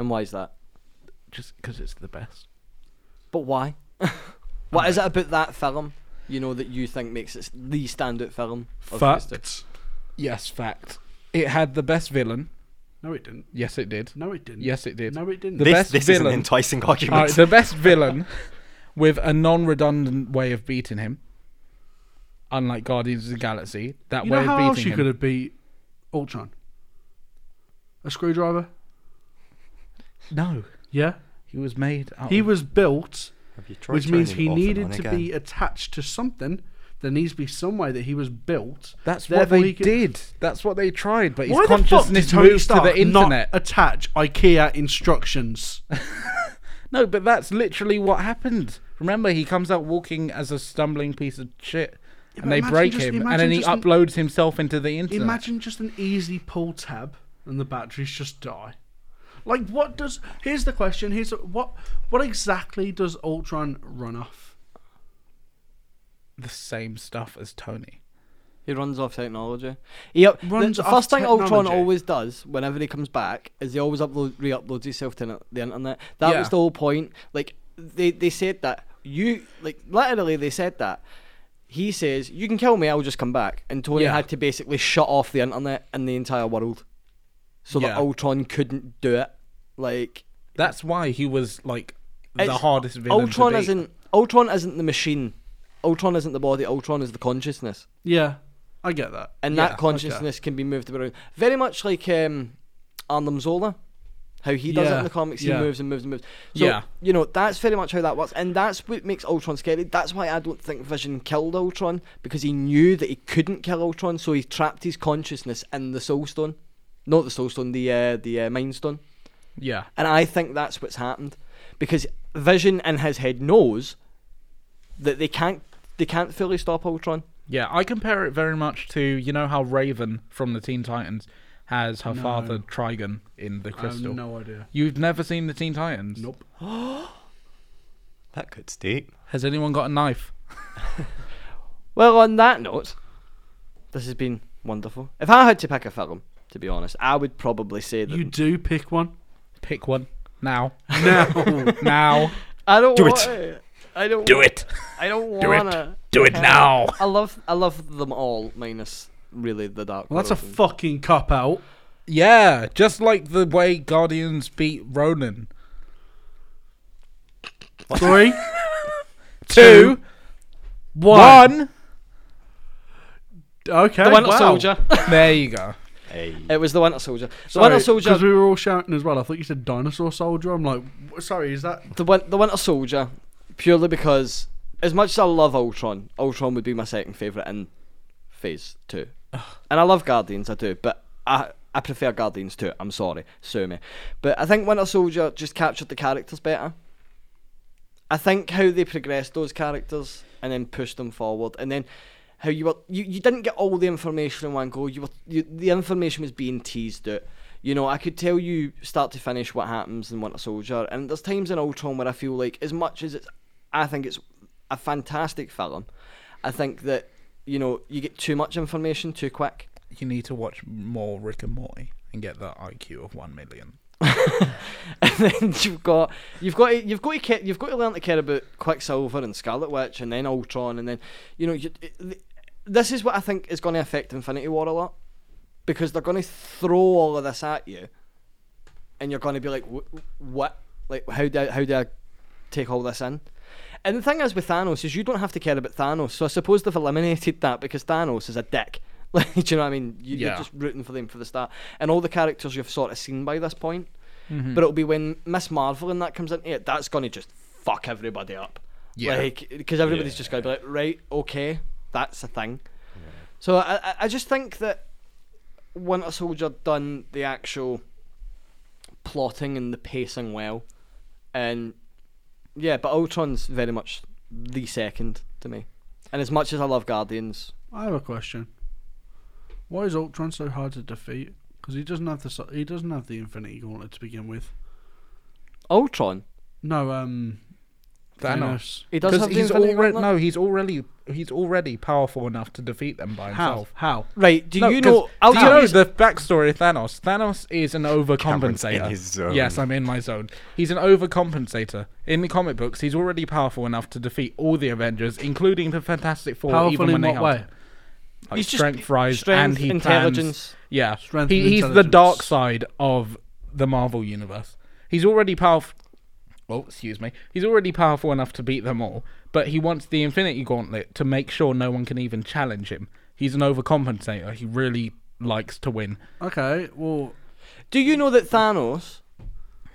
Speaker 1: And why is that?
Speaker 2: just because it's the best.
Speaker 1: But why? what is it about that film? You know that you think makes it s- the standout film. Of Phase Two?
Speaker 2: Yes, fact. It had the best villain.
Speaker 3: No, it didn't.
Speaker 2: Yes, it did.
Speaker 3: No, it didn't.
Speaker 2: Yes, it did.
Speaker 3: No, it didn't.
Speaker 2: The
Speaker 4: this
Speaker 2: best
Speaker 4: this is an
Speaker 2: villain-
Speaker 4: enticing
Speaker 2: All right,
Speaker 4: argument.
Speaker 2: the best villain with a non-redundant way of beating him. Unlike Guardians of the Galaxy, that
Speaker 3: you
Speaker 2: way
Speaker 3: know
Speaker 2: of
Speaker 3: how
Speaker 2: beating
Speaker 3: else you
Speaker 2: him.
Speaker 3: could have beat Ultron? A screwdriver?
Speaker 2: No,
Speaker 3: Yeah.
Speaker 2: he was made. Out
Speaker 3: He
Speaker 2: of-
Speaker 3: was built,
Speaker 4: Have you tried
Speaker 3: which means
Speaker 4: turning
Speaker 3: he
Speaker 4: it off and
Speaker 3: needed
Speaker 4: on
Speaker 3: to
Speaker 4: again?
Speaker 3: be attached to something. There needs to be some way that he was built.
Speaker 2: That's what
Speaker 3: Therefore
Speaker 2: they
Speaker 3: he could-
Speaker 2: did. That's what they tried. But his
Speaker 3: Why the fuck did
Speaker 2: consciousness
Speaker 3: Tony
Speaker 2: moves to
Speaker 3: Stark
Speaker 2: the internet.
Speaker 3: not attach IKEA instructions?
Speaker 2: No, but that's literally what happened. Remember, he comes out walking as a stumbling piece of shit,
Speaker 3: but
Speaker 2: and they
Speaker 3: imagine
Speaker 2: break
Speaker 3: just-
Speaker 2: him,
Speaker 3: imagine
Speaker 2: and then he
Speaker 3: just an-
Speaker 2: uploads himself into the internet.
Speaker 3: Imagine just an easy pull tab and the batteries just die. Like what does? Here's the question. Here's what? What exactly does Ultron run off?
Speaker 2: the same stuff as Tony.
Speaker 1: He runs off technology. He up,
Speaker 3: Runs
Speaker 1: the, the
Speaker 3: off
Speaker 1: first thing Ultron
Speaker 3: technology.
Speaker 1: always does whenever he comes back is he always upload re-uploads himself to the internet. That
Speaker 2: Yeah.
Speaker 1: was the whole point. Like they they said that you like literally they said that. He says, "You can kill me, I'll just come back." And Tony
Speaker 2: Yeah.
Speaker 1: had to basically shut off the internet and the entire world, so that
Speaker 2: Yeah.
Speaker 1: Ultron couldn't do it. Like
Speaker 2: That's why he was like the
Speaker 1: It's-
Speaker 2: hardest villain.
Speaker 1: Ultron
Speaker 2: to beat.
Speaker 1: isn't Ultron isn't the machine. Ultron isn't the body. Ultron is the consciousness.
Speaker 3: Yeah, I get that.
Speaker 1: and
Speaker 2: Yeah,
Speaker 1: that consciousness can be moved around. Very much like um, Arnim Zola, how he does it
Speaker 3: Yeah,
Speaker 1: in the comics. He
Speaker 3: yeah.
Speaker 1: moves and moves and moves. So,
Speaker 2: Yeah.
Speaker 1: you know, that's very much how that works. And that's what makes Ultron scary. That's why I don't think Vision killed Ultron, because he knew that he couldn't kill Ultron, so he trapped his consciousness in the Soul Stone. Not the Soul Stone, the, uh, the uh, Mind Stone.
Speaker 2: Yeah,
Speaker 1: And I think that's what's happened because Vision in his head knows that they can't they can't fully stop Ultron.
Speaker 2: yeah. I compare it very much to you know how Raven from the Teen Titans has her father Trigon in the
Speaker 3: I have
Speaker 2: crystal.
Speaker 3: no idea.
Speaker 2: You've never seen the Teen Titans.
Speaker 3: Nope.
Speaker 4: That could steep.
Speaker 2: Has anyone got a knife?
Speaker 1: Well, on that note, this has been wonderful. If I had to pick a film, to be honest, I would probably say that
Speaker 3: You do pick one.
Speaker 2: Pick one now.
Speaker 3: No.
Speaker 2: now.
Speaker 1: I don't
Speaker 2: Do
Speaker 1: want
Speaker 2: it.
Speaker 1: I don't
Speaker 2: Do
Speaker 1: wa-
Speaker 2: it.
Speaker 1: I don't
Speaker 2: Do it.
Speaker 1: wanna.
Speaker 2: Do it now.
Speaker 1: I love I love them all minus really the dark.
Speaker 3: well, that's a
Speaker 1: World and-
Speaker 3: fucking cop out.
Speaker 2: Yeah, just like the way Guardians beat Ronan.
Speaker 3: Three,
Speaker 2: Two,
Speaker 3: one.
Speaker 2: one.
Speaker 3: Okay.
Speaker 1: the Winter
Speaker 3: wow.
Speaker 1: Soldier.
Speaker 2: there you go.
Speaker 4: Hey,
Speaker 1: it was the Winter Soldier. The
Speaker 3: Sorry,
Speaker 1: Winter Soldier.
Speaker 3: Because we were all shouting as well. I thought you said dinosaur soldier. I'm like, w- sorry, is that?
Speaker 1: the win- the Winter Soldier, purely because as much as I love Ultron, Ultron would be my second favorite in Phase Two, and I love Guardians, I do, but I I prefer Guardians too. I'm sorry, sue me, but I think Winter Soldier just captured the characters better. I think how they progressed those characters and then pushed them forward, and then how you were you, you didn't get all the information in one go. You were you, the information was being teased out. You know, I could tell you start to finish what happens in Winter Soldier, and there's times in Ultron where I feel like as much as it's, I think it's a fantastic film. I think that you know you get too much information too quick.
Speaker 2: You need to watch more Rick and Morty and get that IQ of one million.
Speaker 1: and then you've got you've got to, you've got to care, you've got to learn to care about Quicksilver and Scarlet Witch and then Ultron and then you know you, th- this is what I think is going to affect Infinity War a lot because they're going to throw all of this at you and you're going to be like "Wh- what like how do I, how do I take all this in and the thing is with Thanos is you don't have to care about Thanos so I suppose they've eliminated that because Thanos is a dick like do you know what I mean you,
Speaker 2: Yeah.
Speaker 1: you're just rooting for them for the start and all the characters you've sort of seen by this point but it'll be when Miss Marvel and that comes into it, that's going to just fuck everybody up.
Speaker 2: Yeah.
Speaker 1: Like, because everybody's just going to be like, right, okay, that's a thing. So I, I- I just think that Winter Soldier done the actual plotting and the pacing well. And yeah, but Ultron's very much the second to me. And as much as I love Guardians,
Speaker 3: I have a question. Why is Ultron so hard to defeat? Because he doesn't have the so- he doesn't have the Infinity Gauntlet to begin with.
Speaker 1: Ultron,
Speaker 3: No, um, Thanos.
Speaker 1: he does
Speaker 2: Because
Speaker 1: have the
Speaker 2: he's
Speaker 1: Infinity
Speaker 2: already
Speaker 1: Gauntlet?
Speaker 2: no, he's already he's already powerful enough to defeat them by
Speaker 3: How?
Speaker 2: himself.
Speaker 3: How?
Speaker 1: Right, do
Speaker 2: No,
Speaker 1: you
Speaker 2: 'cause
Speaker 1: know?
Speaker 2: do you know
Speaker 1: you-
Speaker 2: the backstory of Thanos? Thanos is an overcompensator.
Speaker 4: Cameron's in his zone.
Speaker 2: Yes, I'm in my zone. He's an overcompensator. In the comic books, he's already powerful enough to defeat all the Avengers, including the Fantastic Four.
Speaker 3: Powerful
Speaker 2: even when
Speaker 3: in
Speaker 2: they
Speaker 3: what
Speaker 2: helped.
Speaker 3: way?
Speaker 2: Like
Speaker 1: He's just-
Speaker 2: strength rise
Speaker 1: strength,
Speaker 2: and he
Speaker 1: intelligence.
Speaker 2: plans- yeah,
Speaker 3: Strength
Speaker 2: He-
Speaker 3: and
Speaker 2: he's the dark
Speaker 3: intelligence.
Speaker 2: side of the Marvel universe. He's already powerful. Oh, excuse me. He's already powerful enough to beat them all, but he wants the Infinity Gauntlet to make sure no one can even challenge him. He's an overcompensator. He really likes to win.
Speaker 3: Okay, well,
Speaker 1: Do you know that Thanos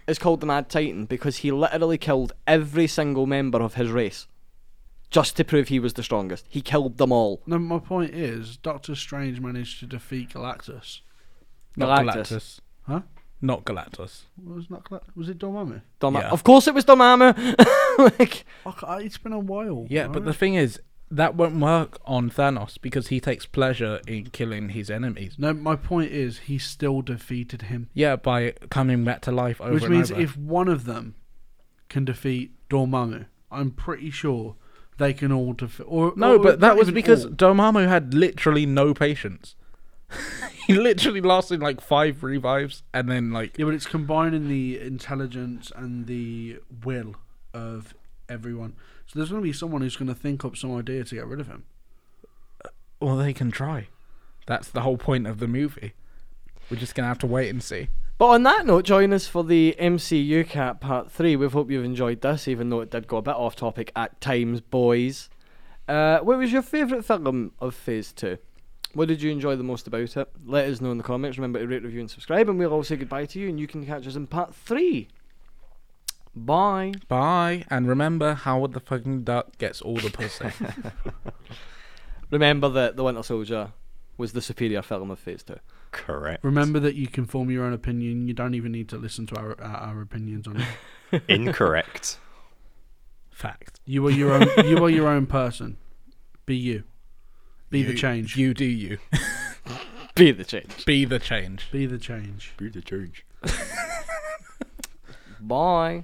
Speaker 1: is called the Mad Titan because he literally killed every single member of his race just to prove he was the strongest? He killed them all.
Speaker 3: No, my point is, Doctor Strange managed to defeat Galactus.
Speaker 2: Not
Speaker 1: Galactus.
Speaker 2: Galactus.
Speaker 3: Huh?
Speaker 2: Not Galactus.
Speaker 3: Was not Galact- was it Dormammu?
Speaker 1: Dorma-
Speaker 2: Yeah.
Speaker 1: Of course it was Dormammu. like,
Speaker 3: I ca- I- it's been a while.
Speaker 2: Yeah, but the thing is, that won't work on Thanos because he takes pleasure in killing his enemies.
Speaker 3: no, my point is, he still defeated him,
Speaker 2: Yeah, by coming back to life over
Speaker 3: which
Speaker 2: and
Speaker 3: means
Speaker 2: over.
Speaker 3: if one of them can defeat Dormammu, I'm pretty sure they can all defeat. Or
Speaker 2: no,
Speaker 3: or
Speaker 2: but that
Speaker 3: not
Speaker 2: was
Speaker 3: even
Speaker 2: because
Speaker 3: all.
Speaker 2: Dormammu had literally no patience. he literally lasted like five revives and then like
Speaker 3: Yeah, but it's combining the intelligence and the will of everyone. So there's going to be someone who's going to think up some idea to get rid of him.
Speaker 2: Well, they can try. That's the whole point of the movie. We're just gonna have to wait and see.
Speaker 1: But on that note, join us for the MCU Cat Part 3. We hope you've enjoyed this, even though it did go a bit off topic at times, boys. Uh, what was your favourite film of Phase 2? What did you enjoy the most about it? Let us know in the comments. Remember to rate, review, and subscribe, and we'll all say goodbye to you, and you can catch us in Part 3. Bye.
Speaker 2: Bye, and remember, Howard the fucking Duck gets all the pussy.
Speaker 1: Remember that The Winter Soldier was the superior film of Phase 2.
Speaker 4: Correct.
Speaker 3: Remember that you can form your own opinion. You don't even need to listen to our, our our opinions on it.
Speaker 4: Incorrect.
Speaker 2: Fact.
Speaker 3: You are your own. you are your own person. Be you. Be the
Speaker 2: You-
Speaker 3: change.
Speaker 2: You do you.
Speaker 1: Be the change.
Speaker 2: Be the change.
Speaker 3: Be the change.
Speaker 4: Be the change.
Speaker 1: Bye.